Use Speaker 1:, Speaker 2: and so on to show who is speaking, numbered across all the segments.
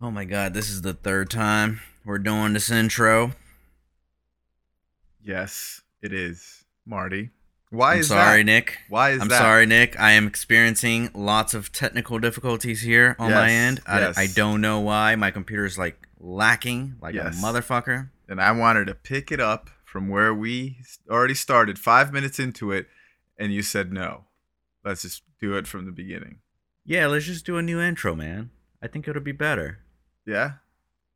Speaker 1: Oh my god, this is the third time we're doing this intro.
Speaker 2: Yes, it is, Marty. Why
Speaker 1: I'm
Speaker 2: is
Speaker 1: sorry,
Speaker 2: that?
Speaker 1: Nick.
Speaker 2: Why is
Speaker 1: I'm
Speaker 2: that?
Speaker 1: sorry, Nick. I am experiencing lots of technical difficulties here on my
Speaker 2: Yes,
Speaker 1: end. I,
Speaker 2: yes.
Speaker 1: I don't know why. My computer is like lacking like
Speaker 2: Yes.
Speaker 1: a motherfucker.
Speaker 2: And I wanted to pick it up from where we already started five minutes into it, and you said no. Let's just do it from the beginning.
Speaker 1: Yeah, let's just do a new intro, man. I think it'll be better.
Speaker 2: Yeah.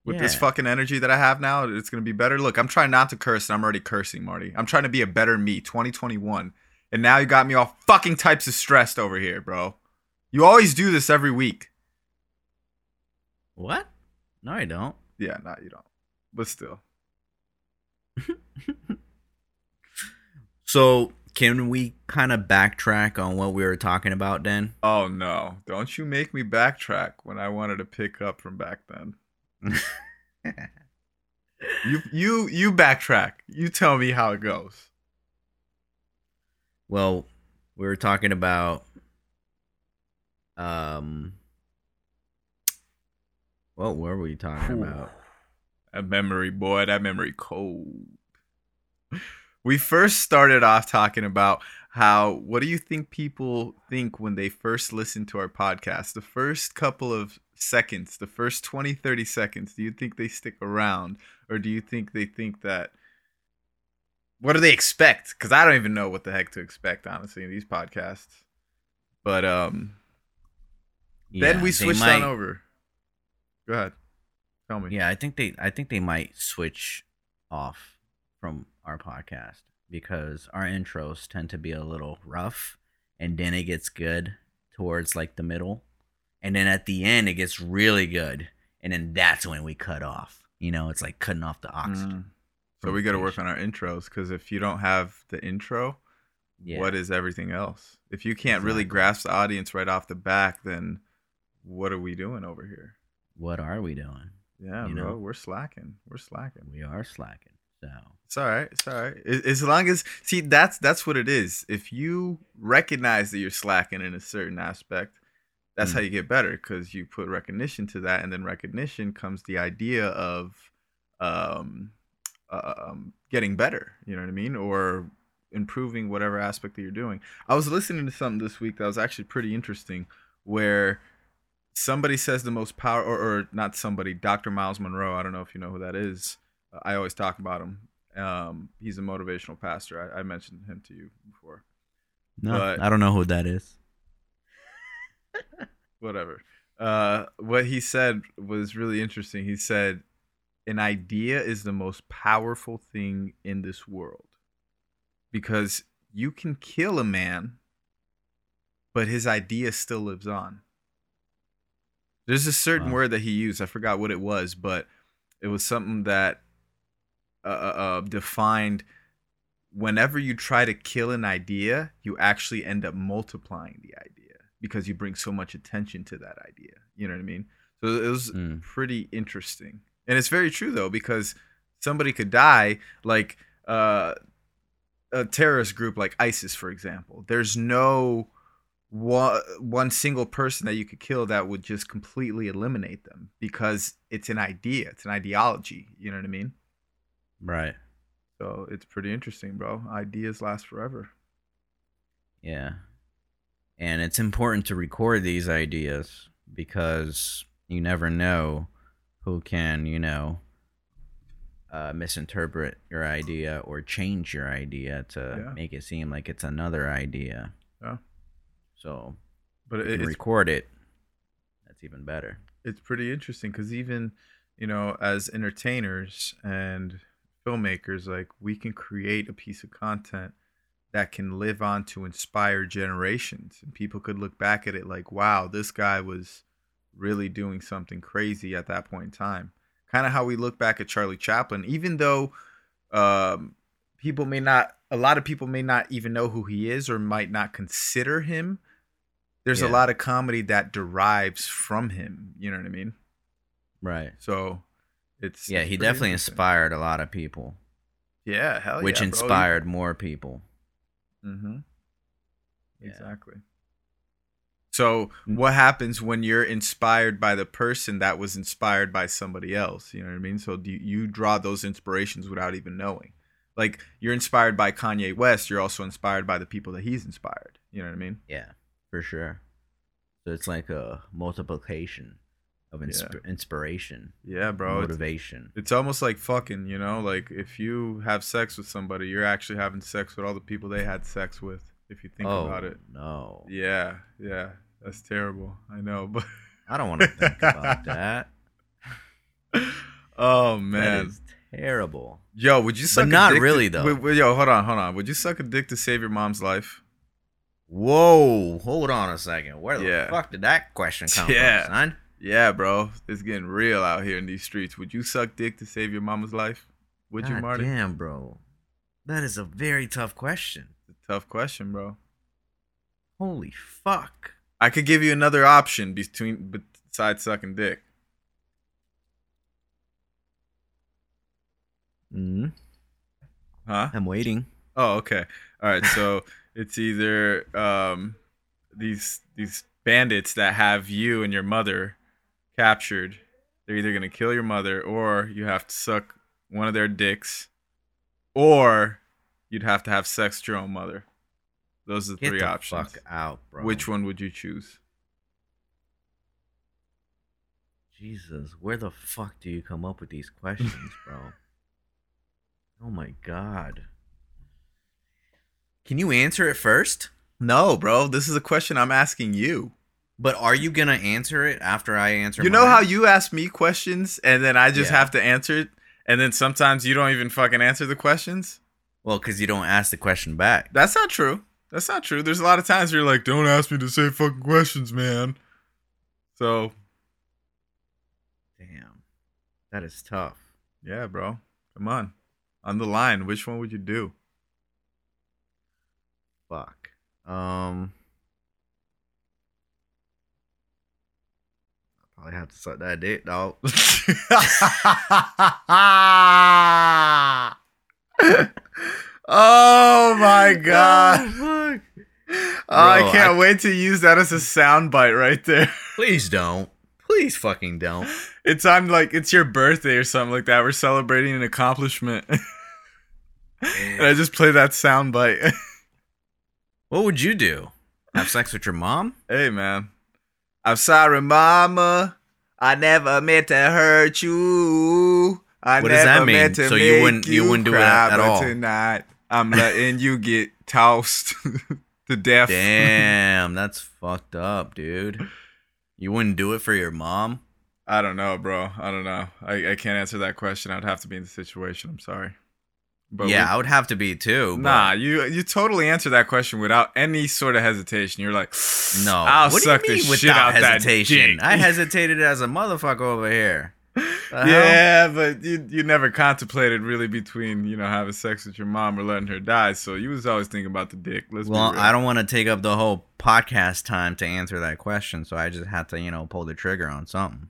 Speaker 2: With this
Speaker 1: Yeah.
Speaker 2: fucking energy that I have now, it's gonna be better. Look, I'm trying not to curse, and I'm already cursing, Marty. I'm trying to be a better me, 2021. And now you got me all fucking types of stressed over here, bro. You always do this every week.
Speaker 1: What? No, I don't.
Speaker 2: Yeah, no, you don't. But still.
Speaker 1: So, can we kind of backtrack on what we were talking about then?
Speaker 2: Oh no, don't you make me backtrack when I wanted to pick up from back then. You you you backtrack. You tell me how it goes.
Speaker 1: Well, we were talking about um what were we talking about?
Speaker 2: That memory, boy, that memory cold. We first started off talking about how what do you think people think when they first listen to our podcast? The first couple of seconds, the first 20, 30 seconds, do you think they stick around or do you think they think that what do they expect? Cuz I don't even know what the heck to expect honestly in these podcasts. But um
Speaker 1: Yeah,
Speaker 2: then we
Speaker 1: they
Speaker 2: switched
Speaker 1: might-
Speaker 2: on over. Go ahead. Tell me.
Speaker 1: Yeah, I think they I think they might switch off from our podcast because our intros tend to be a little rough and then it gets good towards like the middle and then at the end it gets really good and then that's when we cut off. You know, it's like cutting off the oxygen.
Speaker 2: Mm. So we got to work on our intros because if you don't have the intro,
Speaker 1: Yeah.
Speaker 2: what is everything else? If you can't really
Speaker 1: Exactly.
Speaker 2: grasp the audience right off the back, then what are we doing over here?
Speaker 1: what are we doing?
Speaker 2: Yeah,
Speaker 1: You
Speaker 2: bro,
Speaker 1: know?
Speaker 2: we're slacking. We're slacking.
Speaker 1: We are slacking. So
Speaker 2: It's all right. It's all right. A- As long as see, that's that's what it is. If you recognize that you're slacking in a certain aspect, that's how you get better because you put recognition to that, and then recognition comes the idea of um, um, getting better. You know what I mean? Or improving whatever aspect that you're doing. I was listening to something this week that was actually pretty interesting, where somebody says the most power, or, or not somebody, Dr. Miles Monroe. I don't know if you know who that is. uh, I always talk about him. Um, he's a motivational pastor. I, I mentioned him to you before.
Speaker 1: no,
Speaker 2: But-
Speaker 1: I don't know who that is.
Speaker 2: Whatever. Uh, what he said was really interesting. He said, "An idea is the most powerful thing in this world, because you can kill a man, but his idea still lives on." There's a certain
Speaker 1: Wow.
Speaker 2: word that he used. I forgot what it was, but it was something that uh, uh, uh, defined whenever you try to kill an idea, you actually end up multiplying the idea because you bring so much attention to that idea. You know what I mean? So it was
Speaker 1: Mm.
Speaker 2: pretty interesting. And it's very true though because somebody could die like uh a terrorist group like ISIS for example. There's no one, one single person that you could kill that would just completely eliminate them because it's an idea, it's an ideology, you know what I mean?
Speaker 1: Right.
Speaker 2: So it's pretty interesting, bro. Ideas last forever.
Speaker 1: Yeah. And it's important to record these ideas because you never know who can, you know, uh, misinterpret your idea or change your idea to
Speaker 2: Yeah.
Speaker 1: make it seem like it's another idea.
Speaker 2: Yeah.
Speaker 1: So
Speaker 2: But
Speaker 1: if
Speaker 2: it,
Speaker 1: you
Speaker 2: it's
Speaker 1: record it. That's even better.
Speaker 2: it's pretty interesting because even you know as entertainers and filmmakers like we can create a piece of content that can live on to inspire generations and people could look back at it like wow this guy was really doing something crazy at that point in time kind of how we look back at charlie chaplin even though um, people may not a lot of people may not even know who he is or might not consider him there's
Speaker 1: Yeah.
Speaker 2: a lot of comedy that derives from him you know what i mean
Speaker 1: Right.
Speaker 2: so it's
Speaker 1: Yeah,
Speaker 2: it's
Speaker 1: he
Speaker 2: pretty
Speaker 1: definitely
Speaker 2: interesting.
Speaker 1: inspired a lot of people,
Speaker 2: yeah hell
Speaker 1: which
Speaker 2: yeah, Mm-hmm.
Speaker 1: inspired more people.
Speaker 2: hmm
Speaker 1: Yeah. Mm.
Speaker 2: exactly So what happens when you're inspired by the person that was inspired by somebody else? You know what I mean? So do you, you draw those inspirations without even knowing? Like you're inspired by Kanye West, you're also inspired by the people that he's inspired. You know what I mean?
Speaker 1: Yeah, for sure. So it's like a multiplication of insp- inspiration,
Speaker 2: Yeah, bro. It's,
Speaker 1: motivation.
Speaker 2: it's almost like fucking, you know, like if you have sex with somebody, you're actually having sex with all the people they had sex with, if you think
Speaker 1: oh
Speaker 2: about it.
Speaker 1: no,
Speaker 2: Yeah, yeah. That's terrible. I know, but
Speaker 1: I don't want to think about that.
Speaker 2: oh
Speaker 1: That
Speaker 2: man.
Speaker 1: is terrible.
Speaker 2: Yo, would you suck? a
Speaker 1: not
Speaker 2: dick
Speaker 1: really,
Speaker 2: to,
Speaker 1: though.
Speaker 2: Wait, wait, yo, hold on, hold on. Would you suck a dick to save your mom's life?
Speaker 1: Whoa, hold on a second. Where the
Speaker 2: Yeah.
Speaker 1: fuck did that question come
Speaker 2: Yeah.
Speaker 1: from, son?
Speaker 2: Yeah, bro, it's getting real out here in these streets. Would you suck dick to save your mama's life? Would you,
Speaker 1: God
Speaker 2: Marty?
Speaker 1: Damn, bro. That is a very tough question.
Speaker 2: Tough question, bro.
Speaker 1: Holy fuck.
Speaker 2: I could give you another option between besides sucking dick.
Speaker 1: Mm,
Speaker 2: Mm-hmm. Huh?
Speaker 1: I'm waiting.
Speaker 2: Oh, okay. All right. So it's either um, these these bandits that have you and your mother captured. They're either gonna kill your mother, or you have to suck one of their dicks, or you'd have to have sex with your own mother. Those are the
Speaker 1: Get
Speaker 2: three
Speaker 1: the
Speaker 2: options.
Speaker 1: fuck out, bro.
Speaker 2: Which one would you choose?
Speaker 1: Jesus, where the fuck do you come up with these questions, bro? oh my god. Can you answer it first?
Speaker 2: No, bro. This is a question I'm asking you.
Speaker 1: But are you gonna answer it after I answer?
Speaker 2: You know
Speaker 1: mine?
Speaker 2: how you ask me questions and then I just
Speaker 1: Yeah.
Speaker 2: have to answer it, and then sometimes you don't even fucking answer the questions.
Speaker 1: Well, because you don't ask the question back.
Speaker 2: That's not true. That's not true. There's a lot of times you're like, don't ask me to say fucking questions, man. So,
Speaker 1: Damn, that is tough.
Speaker 2: yeah, bro. Come on. On the line, which one would you do?
Speaker 1: Fuck. Um, I probably have to suck that dick, dog.
Speaker 2: oh my god. Oh,
Speaker 1: fuck.
Speaker 2: I
Speaker 1: Bro,
Speaker 2: can't
Speaker 1: I-
Speaker 2: wait to use that as a soundbite right there.
Speaker 1: Please don't. Please fucking don't.
Speaker 2: It's on like it's your birthday or something like that. We're celebrating an accomplishment. and I just play that soundbite.
Speaker 1: What would you do? Have sex with your mom?
Speaker 2: Hey man. I'm sorry, mama. I never meant to hurt you. I
Speaker 1: What
Speaker 2: never
Speaker 1: does that mean?
Speaker 2: meant to
Speaker 1: So you
Speaker 2: make
Speaker 1: wouldn't- you wouldn't do it
Speaker 2: cry,
Speaker 1: at
Speaker 2: but
Speaker 1: all?
Speaker 2: Tonight I'm letting you get tossed to death.
Speaker 1: Damn, that's fucked up, dude. You wouldn't do it for your mom?
Speaker 2: I don't know, bro. I don't know. I, I can't answer that question. I'd have to be in the situation. I'm sorry. But
Speaker 1: yeah,
Speaker 2: we-
Speaker 1: I would have to be too. but-
Speaker 2: Nah, you you totally answer that question without any sort of hesitation. You're like,
Speaker 1: No.
Speaker 2: I'll
Speaker 1: what
Speaker 2: suck
Speaker 1: do you mean
Speaker 2: the shit
Speaker 1: without
Speaker 2: out that
Speaker 1: hesitation?
Speaker 2: dick.
Speaker 1: I hesitated as a motherfucker over here. The hell?
Speaker 2: yeah, but you you never contemplated really between you know having sex with your mom or letting her die. So you was always thinking about the dick. Let's
Speaker 1: Well,
Speaker 2: be real.
Speaker 1: I don't want to take up the whole podcast time to answer that question, so I just had to, you know, pull the trigger on something.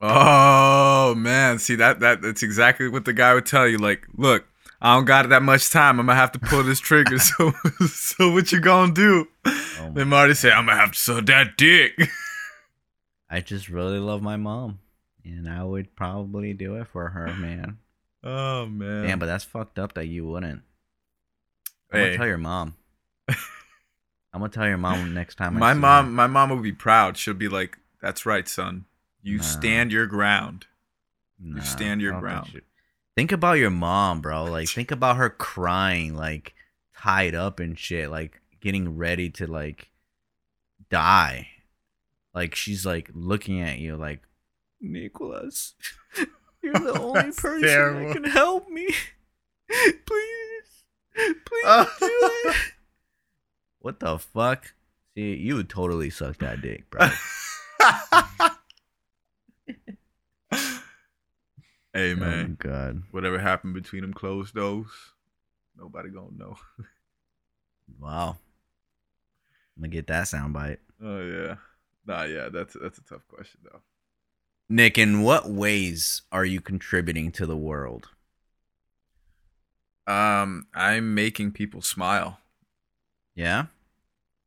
Speaker 2: Oh man, see that that that's exactly what the guy would tell you. Like, look, I don't got that much time. I'm gonna have to pull this trigger. so so what you gonna do?
Speaker 1: Oh my-
Speaker 2: Then Marty say, I'm gonna have to suck that dick.
Speaker 1: I just really love my mom, and I would probably do it for her, man.
Speaker 2: Oh man.
Speaker 1: Damn, but that's fucked up that you wouldn't. I'm
Speaker 2: Hey.
Speaker 1: gonna tell your mom. I'm gonna tell your mom next time. I
Speaker 2: my
Speaker 1: see her.
Speaker 2: mom my mom will be proud she'll be like that's right son you
Speaker 1: Nah.
Speaker 2: stand your ground
Speaker 1: Nah,
Speaker 2: stand your
Speaker 1: I don't think
Speaker 2: ground.
Speaker 1: she- Think about your mom, bro. Like, think about her crying, like tied up and shit, like getting ready to like die. Like she's like looking at you, like Nicholas, you're the only
Speaker 2: That's
Speaker 1: person
Speaker 2: terrible.
Speaker 1: that can help me. Please, please
Speaker 2: Oh.
Speaker 1: do it. What the fuck? See, you would totally suck that dick, bro.
Speaker 2: hey
Speaker 1: oh my
Speaker 2: man
Speaker 1: god.
Speaker 2: whatever happened between them closed doors nobody gonna know
Speaker 1: Wow. I'm gonna get that soundbite.
Speaker 2: oh yeah nah yeah that's that's a tough question though
Speaker 1: Nick, in what ways are you contributing to the world?
Speaker 2: um i'm making people smile
Speaker 1: Yeah?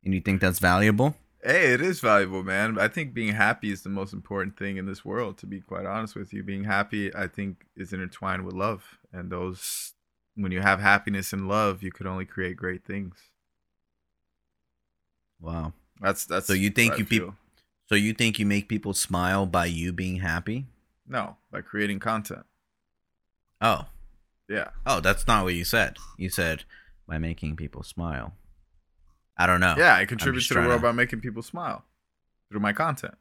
Speaker 1: And you think that's valuable?
Speaker 2: Hey, it is valuable, man. I think being happy is the most important thing in this world, to be quite honest with you. Being happy, I think, is intertwined with love. And those, when you have happiness and love, you could only create great things.
Speaker 1: Wow.
Speaker 2: That's, that's,
Speaker 1: So you think
Speaker 2: what I
Speaker 1: you peop-
Speaker 2: feel.
Speaker 1: So you think you make people smile by you being happy?
Speaker 2: No, by creating content.
Speaker 1: Oh,
Speaker 2: Yeah.
Speaker 1: oh, that's not what you said. You said by making people smile. I don't know.
Speaker 2: Yeah, I contribute
Speaker 1: Oh, just
Speaker 2: to the
Speaker 1: trying
Speaker 2: world
Speaker 1: to-
Speaker 2: by making people smile through my content.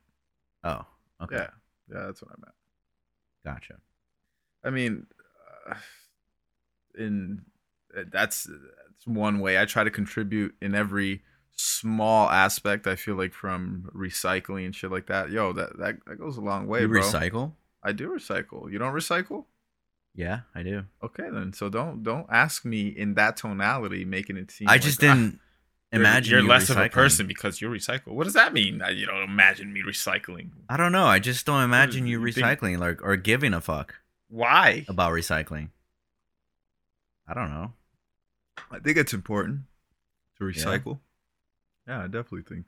Speaker 1: Oh, okay.
Speaker 2: Yeah. Yeah, that's what I meant.
Speaker 1: Gotcha.
Speaker 2: I mean, uh, in uh, that's that's one way I try to contribute in every small aspect. I feel like from recycling and shit like that. Yo, that that, that goes a long way,
Speaker 1: you
Speaker 2: bro.
Speaker 1: recycle?
Speaker 2: I do recycle. You don't recycle?
Speaker 1: Yeah, I do.
Speaker 2: Okay, then. So don't don't ask me in that tonality, making it seem.
Speaker 1: I
Speaker 2: like
Speaker 1: just
Speaker 2: I'm-
Speaker 1: didn't
Speaker 2: You're-
Speaker 1: imagine
Speaker 2: you're,
Speaker 1: you
Speaker 2: less of a
Speaker 1: recycling.
Speaker 2: person because you recycle. What does that mean? Uh, You don't imagine me recycling.
Speaker 1: I don't know. I just don't imagine you
Speaker 2: You think-
Speaker 1: recycling, like, or giving a fuck
Speaker 2: Why?
Speaker 1: about recycling. I don't know.
Speaker 2: I think it's important to
Speaker 1: recycle.
Speaker 2: Yeah, I definitely think.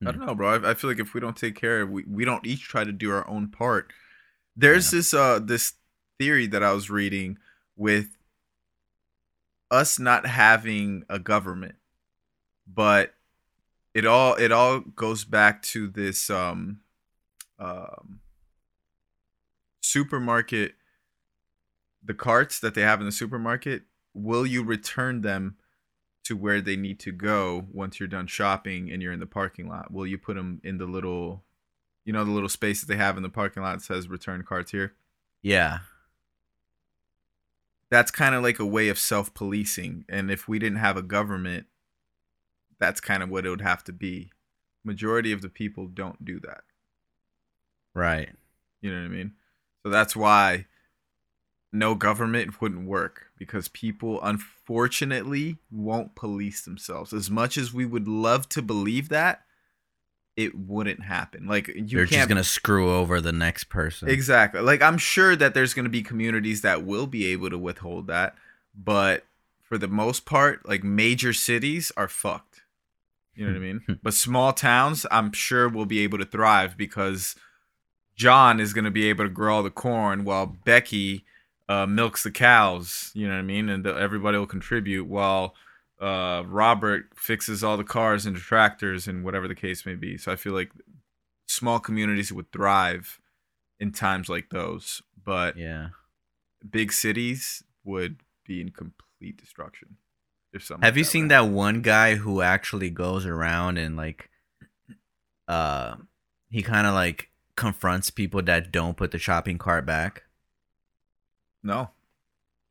Speaker 1: Hmm.
Speaker 2: I don't know, bro. I, I feel like if we don't take care, we we don't each try to do our own part. There's
Speaker 1: Yeah.
Speaker 2: this uh this theory that I was reading with us not having a government, but it all it all goes back to this um um supermarket the carts that they have in the supermarket will you return them to where they need to go once you're done shopping and you're in the parking lot will you put them in the little you know the little space that they have in the parking lot that says return carts here
Speaker 1: Yeah.
Speaker 2: that's kind of like a way of self-policing and if we didn't have a government that's kind of what it would have to be majority of the people don't do that
Speaker 1: Right.
Speaker 2: You know what I mean? So that's why no government wouldn't work because people unfortunately won't police themselves. As much as we would love to believe that, it wouldn't happen. Like you
Speaker 1: They're just
Speaker 2: can't
Speaker 1: gonna screw over the next person.
Speaker 2: Exactly. Like I'm sure that there's going to be communities that will be able to withhold that, but for the most part, like major cities are fucked. You know what I mean? But small towns, I'm sure will be able to thrive because John is going to be able to grow all the corn while Becky uh, milks the cows. You know what I mean? And the, everybody will contribute while uh, Robert fixes all the cars and the tractors and whatever the case may be. So I feel like small communities would thrive in times like those, but
Speaker 1: Yeah.
Speaker 2: big cities would be in complete destruction. If something
Speaker 1: Have
Speaker 2: like
Speaker 1: you seen
Speaker 2: would
Speaker 1: that one guy who actually goes around and like uh he kind of like confronts people that don't put the shopping cart back?
Speaker 2: happen.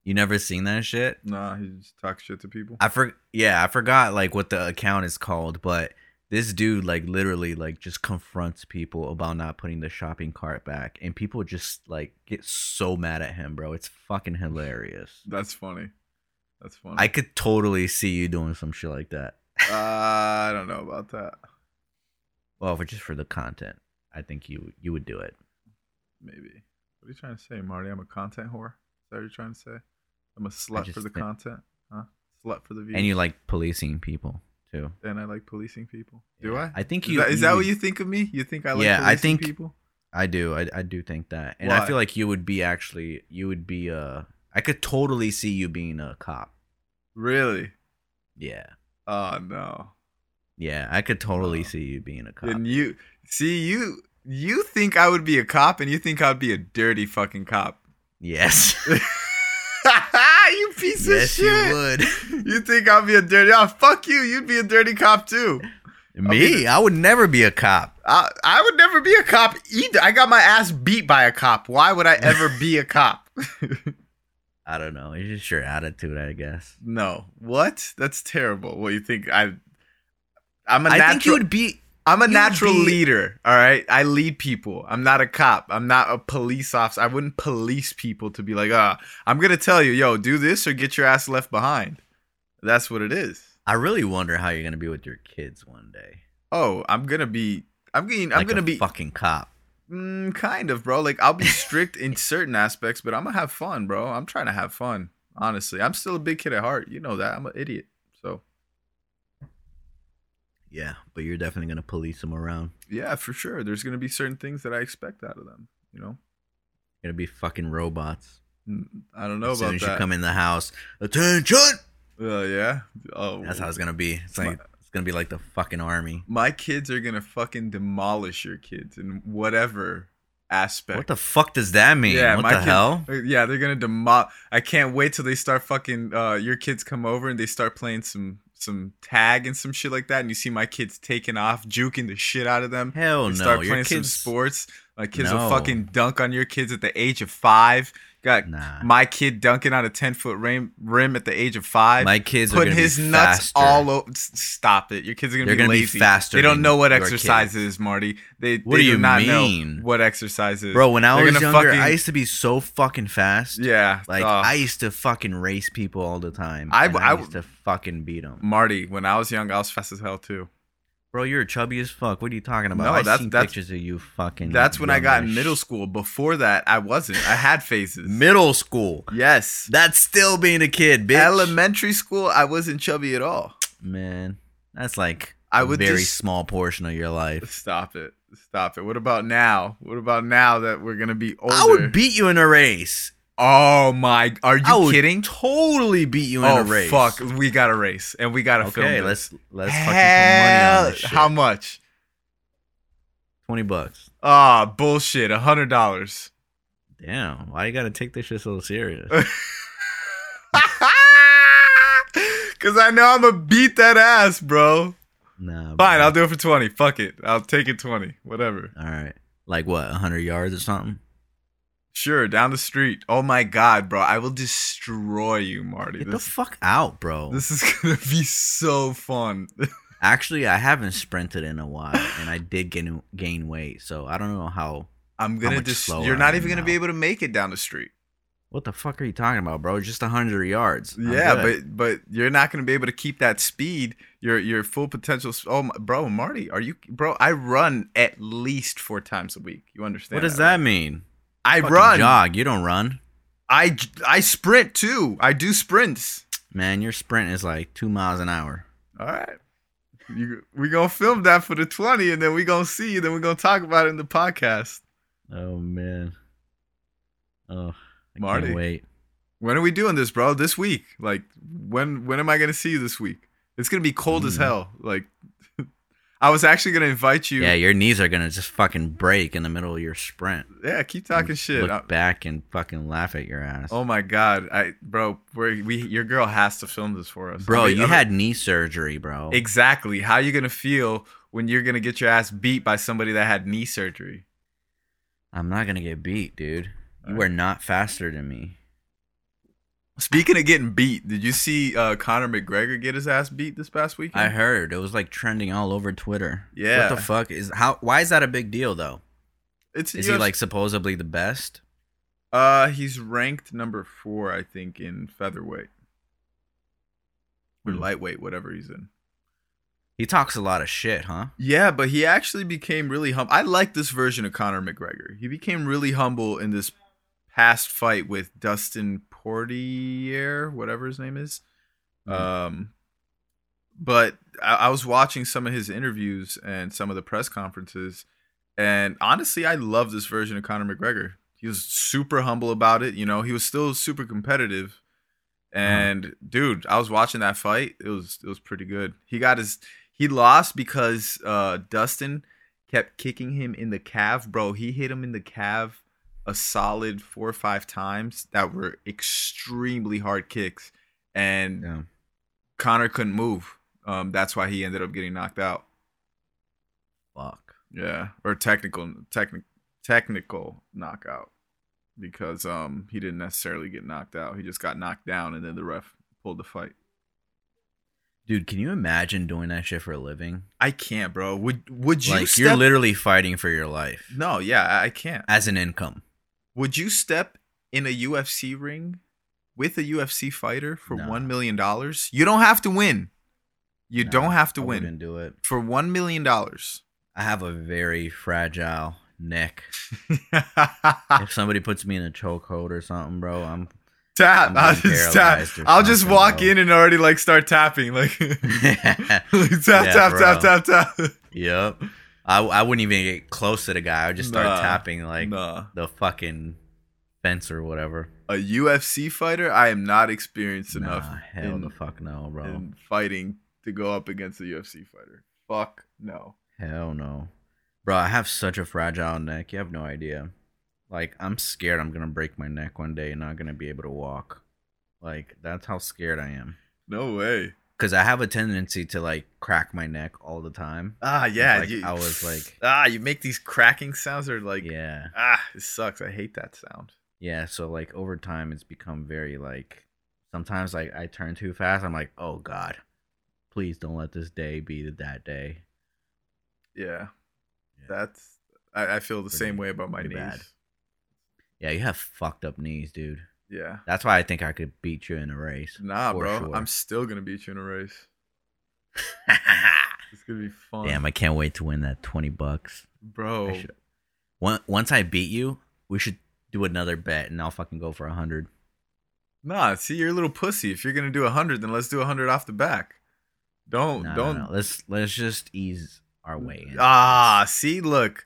Speaker 1: You never seen that shit?
Speaker 2: No, no, he just talks shit to people.
Speaker 1: I for yeah, I forgot like what the account is called, but this dude like literally like just confronts people about not putting the shopping cart back and people just like get so mad at him, bro. It's fucking hilarious.
Speaker 2: That's funny. That's funny.
Speaker 1: I could totally see you doing some shit like that.
Speaker 2: uh, I don't know about that.
Speaker 1: Well, for just for the content, I think you you would do it.
Speaker 2: Maybe. What are you trying to say, Marty? I'm a content whore. Is that what you're trying to say? I'm a
Speaker 1: I
Speaker 2: slut
Speaker 1: just
Speaker 2: for the
Speaker 1: think-
Speaker 2: content, huh? Slut for the views.
Speaker 1: And you like policing people too.
Speaker 2: And I like policing people. Do
Speaker 1: Yeah.
Speaker 2: I?
Speaker 1: I think
Speaker 2: Is
Speaker 1: you.
Speaker 2: that, is that what
Speaker 1: would-
Speaker 2: you think of me? You think I like
Speaker 1: Yeah, I
Speaker 2: policing
Speaker 1: think-
Speaker 2: people?
Speaker 1: I do. I, I do think that, and I
Speaker 2: Why?
Speaker 1: feel like you would be actually. You would be. Uh, I could totally see you being a cop.
Speaker 2: Really?
Speaker 1: Yeah,
Speaker 2: Oh no.
Speaker 1: yeah. I could totally
Speaker 2: Wow.
Speaker 1: see you being a cop.
Speaker 2: Then you see you you think I would be a cop and you think I'd be a dirty fucking cop.
Speaker 1: yes.
Speaker 2: you piece of
Speaker 1: yes,
Speaker 2: shit.
Speaker 1: you would.
Speaker 2: You think I'd be a dirty oh fuck you, you'd be a dirty cop too.
Speaker 1: Me, I would never be a cop.
Speaker 2: I I would never be a cop either. I got my ass beat by a cop. Why would I ever be a cop?
Speaker 1: I don't know. It's just your attitude, I guess.
Speaker 2: no. What? That's terrible. What you think I I'm a
Speaker 1: I
Speaker 2: natural
Speaker 1: think you would be.
Speaker 2: I'm a
Speaker 1: You would
Speaker 2: natural
Speaker 1: be-
Speaker 2: leader, all right? I lead people. I'm not a cop. I'm not a police officer. I wouldn't police people to be like, ah, I'm going to tell you, yo, do this or get your ass left behind. That's what it is.
Speaker 1: I really wonder how you're gonna be with your kids one day.
Speaker 2: Oh, I'm going to be, I'm going to I'm
Speaker 1: Like
Speaker 2: going to
Speaker 1: a
Speaker 2: be
Speaker 1: fucking cop.
Speaker 2: mm, kind of, bro. Like, I'll be strict in certain aspects, but I'm going to have fun, bro. I'm trying to have fun, honestly. I'm still a big kid at heart. You know that. I'm an idiot. So
Speaker 1: Yeah, but you're definitely gonna police them around.
Speaker 2: Yeah, for sure. There's gonna be certain things that I expect out of them. You know,
Speaker 1: You're gonna be fucking robots.
Speaker 2: Mm, I don't know
Speaker 1: as soon
Speaker 2: about
Speaker 1: as you
Speaker 2: that.
Speaker 1: come in the house, attention.
Speaker 2: Uh, yeah. Oh,
Speaker 1: That's how it's gonna be. It's like it's gonna be like the fucking army.
Speaker 2: my kids are gonna fucking demolish your kids in whatever aspect.
Speaker 1: What the fuck does that mean?
Speaker 2: Yeah,
Speaker 1: what
Speaker 2: my
Speaker 1: the
Speaker 2: kid-
Speaker 1: hell?
Speaker 2: Uh, Yeah, they're gonna demol. I can't wait till they start fucking. Uh, your kids come over and they start playing some some tag and some shit like that, and you see my kids taking off, juking the shit out of them.
Speaker 1: Hell
Speaker 2: They
Speaker 1: no.
Speaker 2: start
Speaker 1: Your
Speaker 2: playing some
Speaker 1: kids.
Speaker 2: sports. My kids will
Speaker 1: No.
Speaker 2: fucking dunk on your kids at the age of five. Got
Speaker 1: Nah.
Speaker 2: my kid dunking on a ten foot rim, rim at the age of five.
Speaker 1: My kids are
Speaker 2: Putting
Speaker 1: gonna
Speaker 2: his
Speaker 1: be
Speaker 2: nuts
Speaker 1: faster.
Speaker 2: all over. Stop it! Your kids are gonna
Speaker 1: They're
Speaker 2: be
Speaker 1: gonna be
Speaker 2: lazy.
Speaker 1: faster
Speaker 2: They don't
Speaker 1: than
Speaker 2: know what
Speaker 1: your
Speaker 2: exercise
Speaker 1: kids.
Speaker 2: is, Marty. They,
Speaker 1: What
Speaker 2: they
Speaker 1: do you
Speaker 2: not know
Speaker 1: mean?
Speaker 2: what exercise is,
Speaker 1: Bro, when I
Speaker 2: They're
Speaker 1: was
Speaker 2: gonna
Speaker 1: younger,
Speaker 2: fucking-
Speaker 1: I used to be so fucking fast.
Speaker 2: Yeah,
Speaker 1: Like
Speaker 2: uh,
Speaker 1: I used to fucking race people all the time.
Speaker 2: I-
Speaker 1: and I,
Speaker 2: I-
Speaker 1: used to fucking beat them.
Speaker 2: Marty, when I was young, I was fast as hell too.
Speaker 1: Bro, you're chubby as fuck. What are you talking about?
Speaker 2: No,
Speaker 1: I
Speaker 2: that's-
Speaker 1: seen
Speaker 2: that's-
Speaker 1: pictures of you fucking.
Speaker 2: That's when I got in
Speaker 1: Mm, young
Speaker 2: middle
Speaker 1: as
Speaker 2: school. Before that, I wasn't. I had phases.
Speaker 1: Middle school.
Speaker 2: yes.
Speaker 1: That's still being a kid, bitch.
Speaker 2: Elementary school, I wasn't chubby at all.
Speaker 1: Man, that's like
Speaker 2: I
Speaker 1: a
Speaker 2: would
Speaker 1: very
Speaker 2: just-
Speaker 1: small portion of your life.
Speaker 2: Stop it. Stop it. What about now? What about now that we're gonna be older?
Speaker 1: I would beat you in a race.
Speaker 2: Oh my! Are you
Speaker 1: I would
Speaker 2: kidding?
Speaker 1: Totally beat you in
Speaker 2: Oh
Speaker 1: a race.
Speaker 2: fuck! We got a race, and we got to film.
Speaker 1: Okay, let's
Speaker 2: this.
Speaker 1: let's fucking put money
Speaker 2: Hell,
Speaker 1: on this shit.
Speaker 2: how much?
Speaker 1: Twenty bucks.
Speaker 2: Ah, bullshit. A hundred dollars.
Speaker 1: Damn, why you gotta take this shit so serious?
Speaker 2: Cause I know I'ma beat that ass, bro.
Speaker 1: nah.
Speaker 2: Fine,
Speaker 1: bro.
Speaker 2: I'll do it for twenty. Fuck it. I'll take it twenty. Whatever.
Speaker 1: All right. Like what, 100 yards or something?
Speaker 2: Sure, down the street. Oh my god, bro. I will destroy you, Marty.
Speaker 1: Get the
Speaker 2: This,
Speaker 1: fuck out, bro.
Speaker 2: this is gonna be so fun.
Speaker 1: Actually, I haven't sprinted in a while and I did gain, gain weight. So I don't know how.
Speaker 2: I'm gonna
Speaker 1: much
Speaker 2: just
Speaker 1: slower
Speaker 2: you're not
Speaker 1: I
Speaker 2: even
Speaker 1: am
Speaker 2: gonna be
Speaker 1: now.
Speaker 2: able to make it down the street.
Speaker 1: What the fuck are you talking about, bro? Just 100 yards. I'm
Speaker 2: yeah,
Speaker 1: good.
Speaker 2: but but you're not going to be able to keep that speed. Your your full potential. sp- Oh, my, bro, Marty, are you, bro? I run at least four times a week. You understand?
Speaker 1: What does
Speaker 2: right?
Speaker 1: that mean?
Speaker 2: I
Speaker 1: Fucking
Speaker 2: run.
Speaker 1: Jog. You don't run.
Speaker 2: I j- I sprint too. I do sprints.
Speaker 1: Man, your sprint is like two miles an hour.
Speaker 2: All right. You, we gonna film that for the twenty, and then we gonna see. Then we gonna talk about it in the podcast.
Speaker 1: Oh, man. Oh, I
Speaker 2: Marty.
Speaker 1: can't wait.
Speaker 2: When are we doing this, bro? This week? Like when? When am I gonna see you this week? It's gonna be cold as
Speaker 1: Mm.
Speaker 2: hell. Like I was actually gonna invite you.
Speaker 1: Yeah, your knees are going to just fucking break in the middle of your sprint.
Speaker 2: Yeah, keep talking shit.
Speaker 1: Look
Speaker 2: I-
Speaker 1: back and fucking laugh at your ass.
Speaker 2: Oh my god, I bro, we we your girl has to film this for us,
Speaker 1: bro,
Speaker 2: I mean,
Speaker 1: you
Speaker 2: I mean,
Speaker 1: had knee surgery, bro.
Speaker 2: exactly how you gonna feel when you're gonna get your ass beat by somebody that had knee surgery.
Speaker 1: I'm not gonna get beat, dude. You
Speaker 2: Alright.
Speaker 1: are not faster than me.
Speaker 2: Speaking of getting beat, did you see uh, Conor McGregor get his ass beat this past weekend?
Speaker 1: I heard it was like trending all over Twitter.
Speaker 2: Yeah.
Speaker 1: What the fuck is how? Why is that a big deal though?
Speaker 2: it's
Speaker 1: Is
Speaker 2: UFC
Speaker 1: he like supposedly the best?
Speaker 2: uh he's ranked number four, I think, in featherweight or
Speaker 1: Hmm.
Speaker 2: lightweight, whatever he's in.
Speaker 1: He talks a lot of shit, huh?
Speaker 2: Yeah, but he actually became really humble. I like this version of Conor McGregor. He became really humble in this past fight with Dustin Poirier, whatever his name is. Um, but I, I was watching some of his interviews and some of the press conferences, and honestly, I love this version of Conor McGregor. He was super humble about it. You know, he was still super competitive. And dude, I was watching that fight. It was it was pretty good. He got his he lost because uh Dustin kept kicking him in the calf, bro. He hit him in the calf a solid four or five times that were extremely hard kicks, and
Speaker 1: Yeah.
Speaker 2: Connor couldn't move. Um, that's why he ended up getting knocked out.
Speaker 1: Fuck.
Speaker 2: Yeah, or technical, technical, technical knockout because um he didn't necessarily get knocked out. He just got knocked down, and then the ref pulled the fight.
Speaker 1: Dude, can you imagine doing that shit for a living?
Speaker 2: I can't, bro. Would would you
Speaker 1: like
Speaker 2: step?
Speaker 1: you're literally fighting for your life
Speaker 2: no, yeah, I- I can't.
Speaker 1: as an income.
Speaker 2: Would you step in a UFC ring with a UFC fighter for
Speaker 1: Nah.
Speaker 2: one million dollars? You don't have to win. You
Speaker 1: Nah,
Speaker 2: don't have to
Speaker 1: I
Speaker 2: win
Speaker 1: wouldn't do it.
Speaker 2: for one million dollars.
Speaker 1: I have a very fragile
Speaker 2: Ah.
Speaker 1: neck. if somebody puts me in a chokehold or something, bro, I'm
Speaker 2: tap.
Speaker 1: I'm
Speaker 2: I'll
Speaker 1: getting
Speaker 2: just tap.
Speaker 1: paralyzed or
Speaker 2: I'll just
Speaker 1: something,
Speaker 2: walk
Speaker 1: bro.
Speaker 2: in and already like start tapping, like tap, tap,
Speaker 1: bro.
Speaker 2: tap, tap, tap.
Speaker 1: yep. I, I wouldn't even get close to the guy. I would just start
Speaker 2: Nah,
Speaker 1: tapping like
Speaker 2: nah,
Speaker 1: the fucking fence or whatever.
Speaker 2: a UFC fighter, I am not experienced
Speaker 1: nah,
Speaker 2: enough
Speaker 1: hell
Speaker 2: in-
Speaker 1: the fuck no, bro.
Speaker 2: in fighting to go up against a UFC fighter. Fuck no.
Speaker 1: Hell no. Bro, I have such a fragile neck. You have no idea. Like, I'm scared I'm going to break my neck one day and not going to be able to walk. Like, that's how scared I am.
Speaker 2: No way.
Speaker 1: Because I have a tendency to, like, crack my neck all the time.
Speaker 2: Ah, yeah.
Speaker 1: Like, I was like-
Speaker 2: ah, you make these cracking sounds or like,
Speaker 1: yeah.
Speaker 2: ah, it sucks. I hate that sound.
Speaker 1: Yeah. So, like, over time, it's become very, like, sometimes, like, I turn too fast. I'm like, oh, God, please don't let this day be that day.
Speaker 2: Yeah,
Speaker 1: Yeah.
Speaker 2: that's. I, I feel the
Speaker 1: Pretty-
Speaker 2: same way about my
Speaker 1: pretty
Speaker 2: knees.
Speaker 1: bad. Yeah, you have fucked up knees, dude.
Speaker 2: Yeah.
Speaker 1: That's why I think I could beat you in a race.
Speaker 2: Nah,
Speaker 1: For
Speaker 2: bro.
Speaker 1: sure.
Speaker 2: I'm still gonna beat you in a race. It's gonna be fun.
Speaker 1: Damn, I can't wait to win that 20 bucks.
Speaker 2: bro.
Speaker 1: I should, on- once I beat you, we should do another bet and I'll fucking go for a 100.
Speaker 2: Nah, see, you're a little pussy. If you're gonna do a hundred, then let's do a hundred off the back. Don't
Speaker 1: No,
Speaker 2: Oh, don't
Speaker 1: no, no. Let's let's just ease our way in.
Speaker 2: Ah, see, look,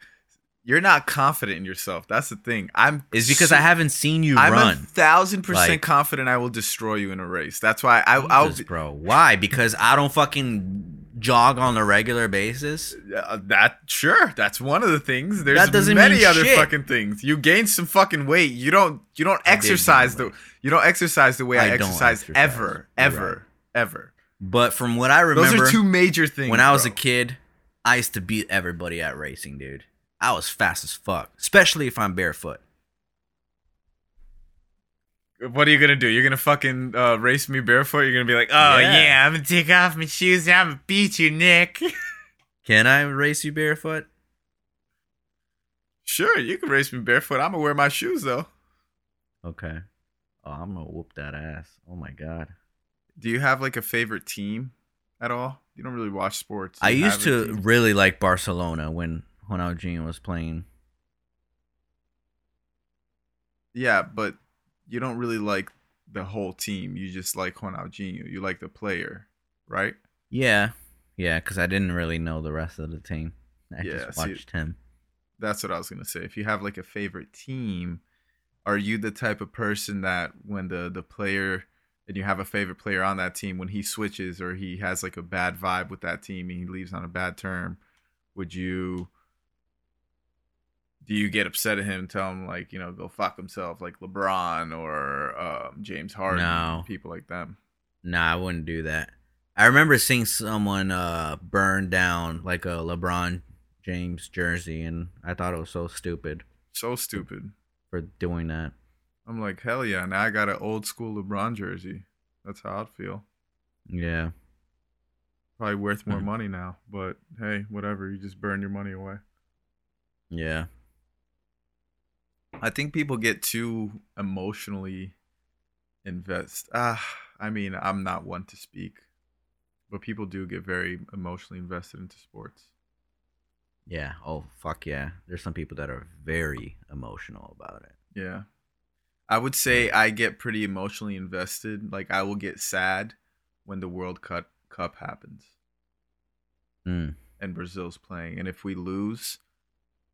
Speaker 2: you're not confident in yourself. That's the thing. I'm.
Speaker 1: it's because
Speaker 2: su-
Speaker 1: I haven't seen you
Speaker 2: I'm a
Speaker 1: run.
Speaker 2: thousand percent
Speaker 1: Like-
Speaker 2: confident I will destroy you in a race. That's why I. I'll.
Speaker 1: Jesus, bro. Why? Because I don't fucking jog on a regular basis.
Speaker 2: Uh, that sure. That's one of the things. There's
Speaker 1: That doesn't
Speaker 2: many
Speaker 1: mean
Speaker 2: other
Speaker 1: shit.
Speaker 2: fucking things. You gain some fucking weight. You don't. You
Speaker 1: I
Speaker 2: don't
Speaker 1: did gain
Speaker 2: exercise the.
Speaker 1: weight.
Speaker 2: You don't exercise the way I,
Speaker 1: I don't
Speaker 2: exercise,
Speaker 1: exercise.
Speaker 2: ever,
Speaker 1: You're
Speaker 2: ever,
Speaker 1: right.
Speaker 2: ever.
Speaker 1: But from what I remember,
Speaker 2: Those are two major things.
Speaker 1: when I was
Speaker 2: bro.
Speaker 1: a kid, I used to beat everybody at racing, dude. I was fast as fuck, especially if I'm barefoot.
Speaker 2: what are you gonna do? You're gonna fucking uh, race me barefoot. You're gonna be like, oh
Speaker 1: Yeah.
Speaker 2: yeah. I'm gonna take off my shoes and I'm gonna beat you, Nick.
Speaker 1: Can I race you barefoot?
Speaker 2: sure, you can race me barefoot. I'm gonna wear my shoes though.
Speaker 1: Okay. Oh, I'm gonna whoop that ass. Oh my god.
Speaker 2: Do you have like a favorite team at all? You don't really watch sports. Do
Speaker 1: I
Speaker 2: you
Speaker 1: used
Speaker 2: have
Speaker 1: to
Speaker 2: a team?
Speaker 1: really like Barcelona when Ronaldinho was playing.
Speaker 2: Yeah, but you don't really like the whole team. You just like Ronaldinho. You like the player, right?
Speaker 1: Yeah, yeah, because I didn't really know the rest of the team. I
Speaker 2: Yeah,
Speaker 1: just
Speaker 2: see-
Speaker 1: watched him.
Speaker 2: That's what I was gonna say. If you have like a favorite team, are you the type of person that when the the player and you have a favorite player on that team, when he switches or he has like a bad vibe with that team and he leaves on a bad term, would you do you get upset at him and tell him like you know go fuck himself like LeBron or um, James Harden,
Speaker 1: No.
Speaker 2: people like them?
Speaker 1: Nah, I wouldn't do that. I remember seeing someone uh burn down like a LeBron James jersey, and I thought it was so stupid
Speaker 2: So stupid.
Speaker 1: for doing that.
Speaker 2: I'm like hell yeah! Now I got an old school LeBron jersey. That's how I'd feel.
Speaker 1: Yeah,
Speaker 2: probably worth more
Speaker 1: Mhm.
Speaker 2: money now. But hey, whatever. You just burn your money away.
Speaker 1: yeah.
Speaker 2: I think people get too emotionally invest. Ah, I mean, I'm not one to speak, but people do get very emotionally invested into sports.
Speaker 1: Yeah. Oh fuck yeah. There's some people that are very emotional about it.
Speaker 2: Yeah. I would say I get pretty emotionally invested. Like I will get sad when the World Cup Cup happens
Speaker 1: Mm,
Speaker 2: and Brazil's playing, and if we lose,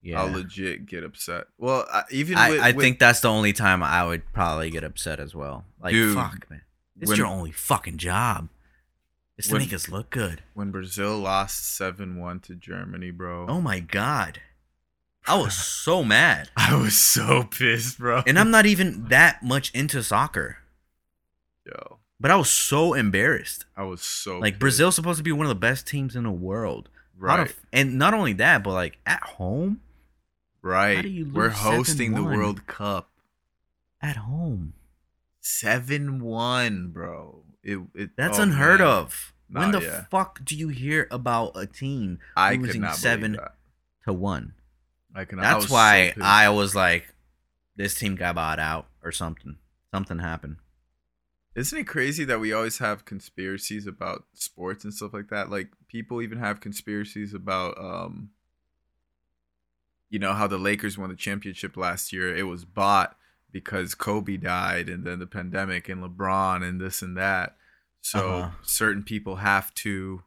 Speaker 1: yeah.
Speaker 2: I'll legit get upset. Well, I, even
Speaker 1: I,
Speaker 2: with,
Speaker 1: I
Speaker 2: with-
Speaker 1: think that's the only time I would probably get upset as well. Like
Speaker 2: Dude,
Speaker 1: fuck, man. It's
Speaker 2: when-
Speaker 1: your only fucking job. It's to
Speaker 2: When-
Speaker 1: make us look good.
Speaker 2: when Brazil lost seven one to Germany, bro.
Speaker 1: Oh my god. I was so mad.
Speaker 2: I was so pissed, bro.
Speaker 1: And I'm not even that much into soccer.
Speaker 2: Yo,
Speaker 1: But I was so embarrassed.
Speaker 2: I was so
Speaker 1: Like
Speaker 2: pissed.
Speaker 1: Brazil's supposed to be one of the best teams in the world. How
Speaker 2: Right,
Speaker 1: the f- and not only that, but like at home.
Speaker 2: right.
Speaker 1: how do you
Speaker 2: We're
Speaker 1: lose
Speaker 2: hosting the
Speaker 1: 7-1?
Speaker 2: World Cup.
Speaker 1: At home.
Speaker 2: Seven one, bro. It, it
Speaker 1: That's
Speaker 2: oh,
Speaker 1: unheard
Speaker 2: man.
Speaker 1: of. when
Speaker 2: Nah,
Speaker 1: the
Speaker 2: yeah.
Speaker 1: fuck do you hear about a team
Speaker 2: I could
Speaker 1: losing
Speaker 2: not
Speaker 1: seven
Speaker 2: believe that.
Speaker 1: to one?
Speaker 2: I cannot. I was
Speaker 1: That's
Speaker 2: so
Speaker 1: why
Speaker 2: pissed.
Speaker 1: I was like, this team got bought out or something. Something happened.
Speaker 2: Isn't it crazy that we always have conspiracies about sports and stuff like that? Like people even have conspiracies about um you know how the Lakers won the championship last year. It was bought because Kobe died and then the pandemic and LeBron and this and that. So
Speaker 1: Uh-huh.
Speaker 2: certain people have to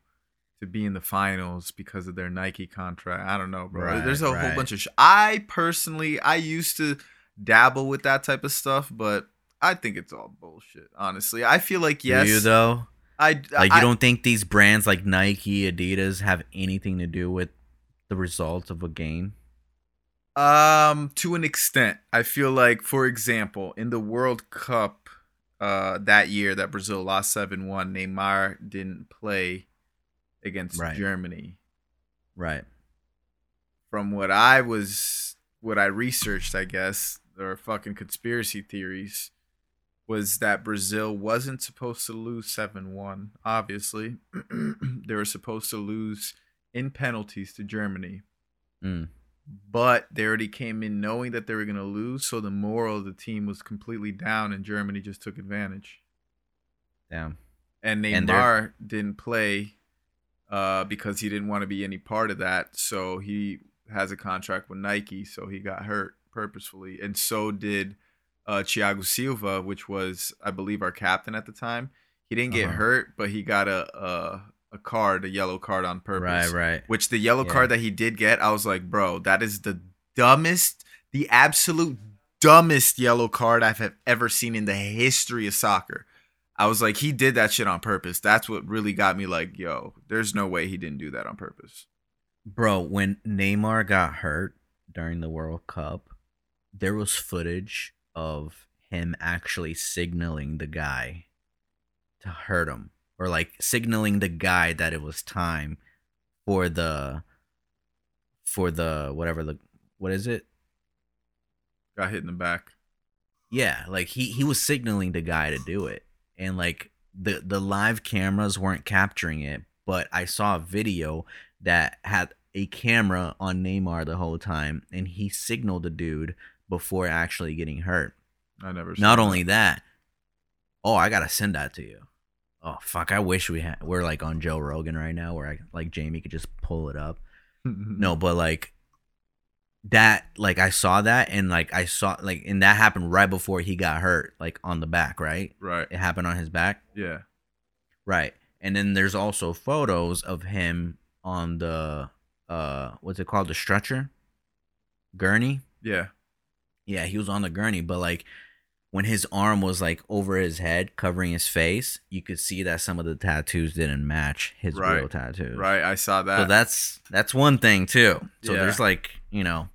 Speaker 2: to be in the finals because of their Nike contract. I don't know, bro.
Speaker 1: Right,
Speaker 2: There's a
Speaker 1: right.
Speaker 2: whole bunch of sh- I personally I used to dabble with that type of stuff, but I think it's all bullshit, honestly. I feel like
Speaker 1: Do
Speaker 2: yes.
Speaker 1: you though?
Speaker 2: I
Speaker 1: Like
Speaker 2: I-
Speaker 1: you don't think these brands like Nike, Adidas have anything to do with the results of a game?
Speaker 2: Um, to an extent, I feel like, for example, in the World Cup, uh, that year that Brazil lost seven one, Neymar didn't play against
Speaker 1: Right.
Speaker 2: Germany.
Speaker 1: Right.
Speaker 2: From what I was, what I researched, I guess, or fucking conspiracy theories, was that Brazil wasn't supposed to lose seven one. Obviously, they were supposed to lose in penalties to Germany
Speaker 1: Mm.
Speaker 2: but they already came in knowing that they were going to lose so the moral of the team was completely down and germany just took advantage
Speaker 1: Damn.
Speaker 2: and
Speaker 1: And
Speaker 2: neymar
Speaker 1: they're-
Speaker 2: didn't play uh, because he didn't want to be any part of that so he has a contract with nike so he got hurt purposefully and so did uh, thiago silva which was i believe our captain at the time he didn't get
Speaker 1: Uh-huh.
Speaker 2: hurt but he got a, a a card a yellow card on purpose
Speaker 1: Right. Right.
Speaker 2: which the yellow
Speaker 1: Yeah.
Speaker 2: card that he did get, I was like, bro, that is the dumbest, the absolute dumbest yellow card I have ever seen in the history of soccer. I was like, he did that shit on purpose. That's what really got me like, yo, there's no way he didn't do that on purpose.
Speaker 1: Bro, when Neymar got hurt during the World Cup, there was footage of him actually signaling the guy to hurt him or like signaling the guy that it was time for the for the whatever the what is it?
Speaker 2: Got hit in the back.
Speaker 1: Yeah, like he he was signaling the guy to do it, and like the the live cameras weren't capturing it, but I saw a video that had a camera on Neymar the whole time, and he signaled the dude before actually getting hurt.
Speaker 2: I never saw
Speaker 1: Not only that, oh, I gotta send that to you. Oh fuck, I wish we had we're like on Joe Rogan right now, where I like Jamie could just pull it up. No, but like that, like I saw that, and like I saw, like, and that happened right before he got hurt, like on the back, right?
Speaker 2: Right.
Speaker 1: It happened on his back,
Speaker 2: Yeah.
Speaker 1: right? And then there's also photos of him on the, uh, what's it called, the stretcher, gurney.
Speaker 2: Yeah.
Speaker 1: Yeah, he was on the gurney, but like when his arm was like over his head, covering his face, you could see that some of the tattoos didn't match his
Speaker 2: Right,
Speaker 1: real tattoos,
Speaker 2: Right. I saw that.
Speaker 1: so that's that's one thing too. So
Speaker 2: Uh, Yeah.
Speaker 1: there's like you know,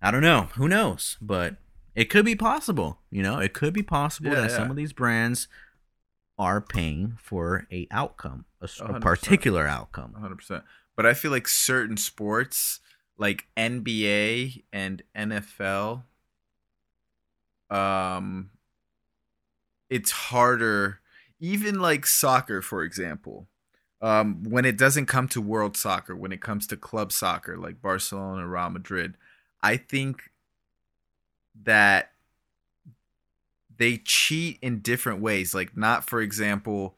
Speaker 1: I don't know, who knows, but it could be possible. You know, it could be possible
Speaker 2: Yeah,
Speaker 1: that
Speaker 2: yeah.
Speaker 1: some of these brands are paying for a outcome, a, s- a
Speaker 2: 100%.
Speaker 1: particular outcome.
Speaker 2: 100%. But I feel like certain sports like NBA and NFL um it's harder even like soccer for example. Um when it doesn't come to world soccer, when it comes to club soccer like Barcelona, Real Madrid, I think that they cheat in different ways like not for example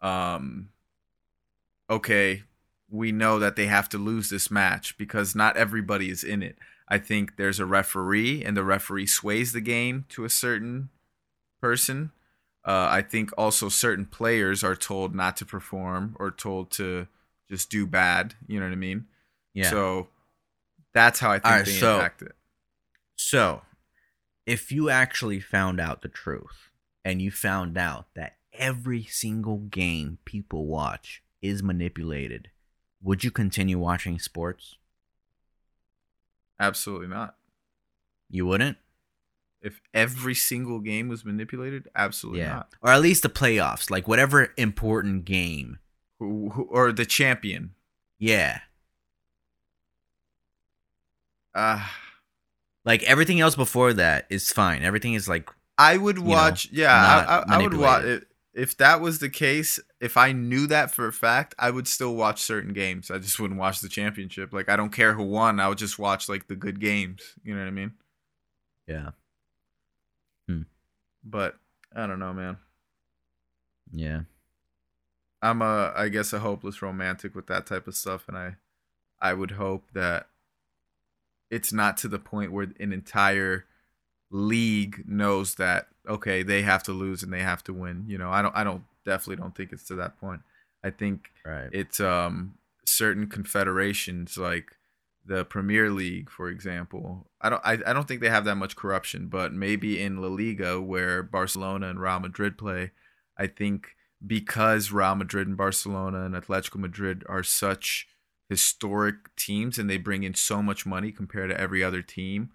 Speaker 2: um okay, we know that they have to lose this match because not everybody is in it. I think there's a referee, and the referee sways the game to a certain person. Uh, I think also certain players are told not to perform or told to just do bad. You know what I mean?
Speaker 1: Yeah. So,
Speaker 2: So that's how I think
Speaker 1: Alright,
Speaker 2: they
Speaker 1: so-
Speaker 2: impact it.
Speaker 1: if you actually found out the truth and you found out that every single game people watch is manipulated, would you continue watching sports?
Speaker 2: Absolutely not.
Speaker 1: You wouldn't?
Speaker 2: If every single game was manipulated, absolutely
Speaker 1: yeah.
Speaker 2: not.
Speaker 1: Or at least the playoffs, like whatever important game.
Speaker 2: Who, who, or the champion,
Speaker 1: Yeah.
Speaker 2: uh,
Speaker 1: Like everything else before that is fine. Everything is like
Speaker 2: I would
Speaker 1: know,
Speaker 2: watch. yeah,
Speaker 1: not
Speaker 2: I, I, I would watch
Speaker 1: manipulated.
Speaker 2: it. If that was the case, if I knew that for a fact, I would still watch certain games. I just wouldn't watch the championship. Like I don't care who won. I would just watch like the good games. You know what I mean?
Speaker 1: yeah,
Speaker 2: But I don't know, man.
Speaker 1: yeah.
Speaker 2: I'm a, I guess, a hopeless romantic with that type of stuff, and I, I would hope that it's not to the point where an entire league knows that okay they have to lose and they have to win you know i don't i don't definitely don't think it's to that point i think
Speaker 1: Right.
Speaker 2: it's um certain confederations like the Premier League, for example. I don't I, I don't think they have that much corruption, but maybe in La Liga where Barcelona and Real Madrid play, I think because Real Madrid and Barcelona and Atletico Madrid are such historic teams and they bring in so much money compared to every other team,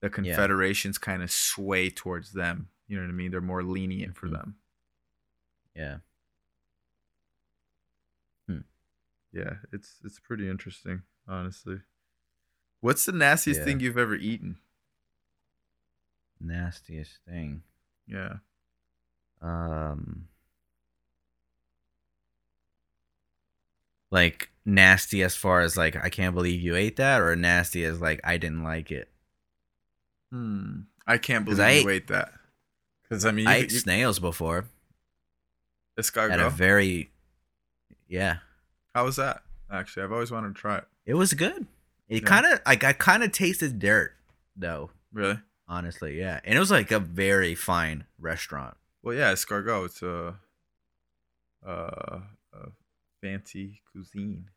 Speaker 2: the confederations kind of sway towards them. You know what I mean? They're more lenient for
Speaker 1: Mhm.
Speaker 2: them.
Speaker 1: yeah.
Speaker 2: Yeah, it's it's pretty interesting, honestly. What's the nastiest
Speaker 1: Yeah.
Speaker 2: thing you've ever eaten?
Speaker 1: Nastiest thing.
Speaker 2: Yeah.
Speaker 1: Um. Like nasty as far as like I can't believe you ate that, or nasty as like I didn't like it.
Speaker 2: Hmm. I can't
Speaker 1: 'Cause
Speaker 2: believe
Speaker 1: I
Speaker 2: you ate that. Because I mean, you,
Speaker 1: I
Speaker 2: could-
Speaker 1: ate
Speaker 2: you,
Speaker 1: snails before at a
Speaker 2: escargot.
Speaker 1: very, yeah,
Speaker 2: How was that? Actually, I've always wanted to try it.
Speaker 1: it was good. It
Speaker 2: Yeah.
Speaker 1: kind of like I kind of tasted dirt though,
Speaker 2: Really?
Speaker 1: honestly, yeah. And it was like a very fine restaurant.
Speaker 2: Well, yeah, escargot. It's a, uh, a fancy cuisine.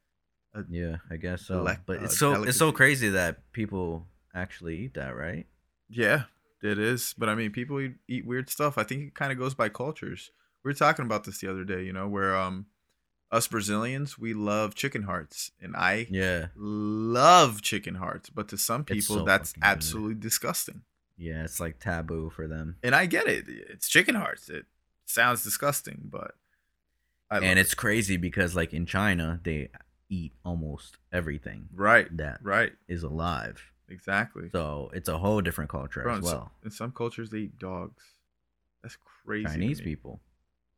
Speaker 1: Yeah, I guess so.
Speaker 2: Elec-
Speaker 1: but it's
Speaker 2: uh,
Speaker 1: so it's so
Speaker 2: delicacy.
Speaker 1: crazy that people actually eat that, right?
Speaker 2: Yeah, it is. But I mean, people eat, eat weird stuff. I think it kind of goes by cultures. We were talking about this the other day. You know, where um, us Brazilians we love chicken hearts, and I
Speaker 1: Yeah,
Speaker 2: love chicken hearts. But to some
Speaker 1: It's
Speaker 2: people,
Speaker 1: so
Speaker 2: that's
Speaker 1: fucking good.
Speaker 2: absolutely disgusting.
Speaker 1: yeah. It's like taboo for them.
Speaker 2: and I get it. It's chicken hearts. It sounds disgusting, but I love
Speaker 1: and
Speaker 2: it.
Speaker 1: it's crazy because like in China they eat almost everything
Speaker 2: right,
Speaker 1: that
Speaker 2: right,
Speaker 1: is alive.
Speaker 2: exactly.
Speaker 1: So it's a whole different culture
Speaker 2: Bro,
Speaker 1: as
Speaker 2: in s-
Speaker 1: well.
Speaker 2: in some cultures, they eat dogs. That's crazy. to
Speaker 1: Chinese
Speaker 2: me.
Speaker 1: people.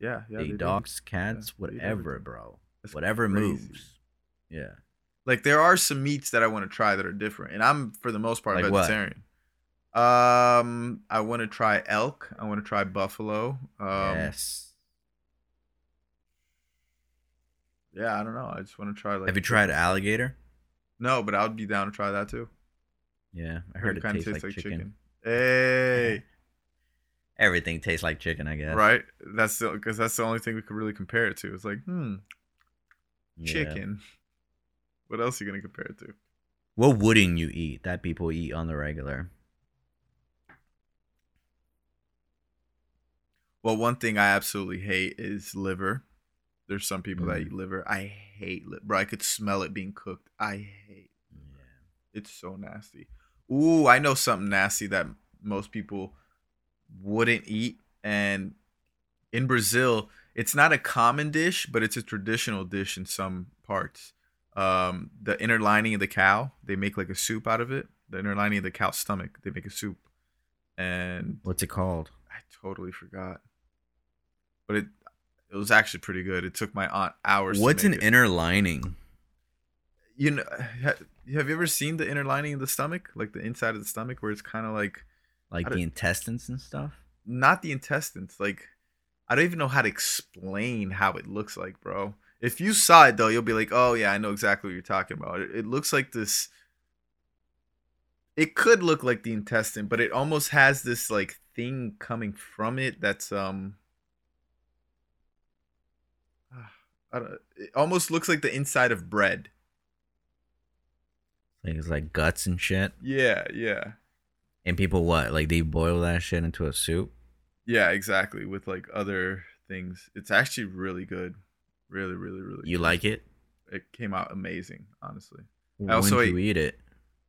Speaker 2: yeah, yeah,
Speaker 1: they
Speaker 2: do.
Speaker 1: eat dogs, cats,
Speaker 2: Yeah, they eat
Speaker 1: whatever,
Speaker 2: everything.
Speaker 1: bro.
Speaker 2: That's
Speaker 1: whatever
Speaker 2: crazy.
Speaker 1: moves. Yeah.
Speaker 2: Like there are some meats that I want to try that are different, and I'm for the most part
Speaker 1: Like what?
Speaker 2: vegetarian. Um, I want to try elk. I want to try buffalo. Um,
Speaker 1: yes.
Speaker 2: yeah, I don't know. I just want to try like.
Speaker 1: Have you tried alligator?
Speaker 2: No, but I would be down to try that too.
Speaker 1: Yeah, I heard it
Speaker 2: kinda
Speaker 1: tastes like, chicken.
Speaker 2: Hey.
Speaker 1: Everything tastes like chicken, I guess.
Speaker 2: right? That's because that's the only thing we could really compare it to. It's like, hmm,
Speaker 1: Yeah.
Speaker 2: chicken. What else are you gonna compare it to?
Speaker 1: What wouldn't you eat that people eat on the regular?
Speaker 2: Well, one thing I absolutely hate is liver. There's some people that
Speaker 1: Mm.
Speaker 2: eat liver. I hate liver. Bro, I could smell it being cooked. I hate.
Speaker 1: Yeah.
Speaker 2: It's so nasty. Ooh, I know something nasty that most people wouldn't eat. And in Brazil, it's not a common dish, but it's a traditional dish in some parts. Um, the inner lining of the cow, they make like a soup out of it. The inner lining of the cow's stomach, they make a soup. And
Speaker 1: What's it called?
Speaker 2: I totally forgot. But it it was actually pretty good. It took my aunt hours. to
Speaker 1: What's
Speaker 2: make
Speaker 1: an
Speaker 2: it.
Speaker 1: inner lining?
Speaker 2: you know ha- have you ever seen the inner lining of the stomach like the inside of the stomach where it's kind of like
Speaker 1: Like
Speaker 2: I
Speaker 1: the
Speaker 2: don't-
Speaker 1: intestines and stuff?
Speaker 2: not the intestines like i don't even know how to explain how it looks like bro if you saw it though you'll be like oh yeah i know exactly what you're talking about it, it looks like this it could look like the intestine but it almost has this like thing coming from it that's um ah, I don't, it almost looks like the inside of bread
Speaker 1: Things like guts and shit.
Speaker 2: yeah yeah
Speaker 1: And people what? Like they boil that shit into a soup?
Speaker 2: Yeah, exactly. With like other things, it's actually really good. Really, really, really.
Speaker 1: You like it?
Speaker 2: good. it came out amazing, honestly.
Speaker 1: When
Speaker 2: also
Speaker 1: do you eat it?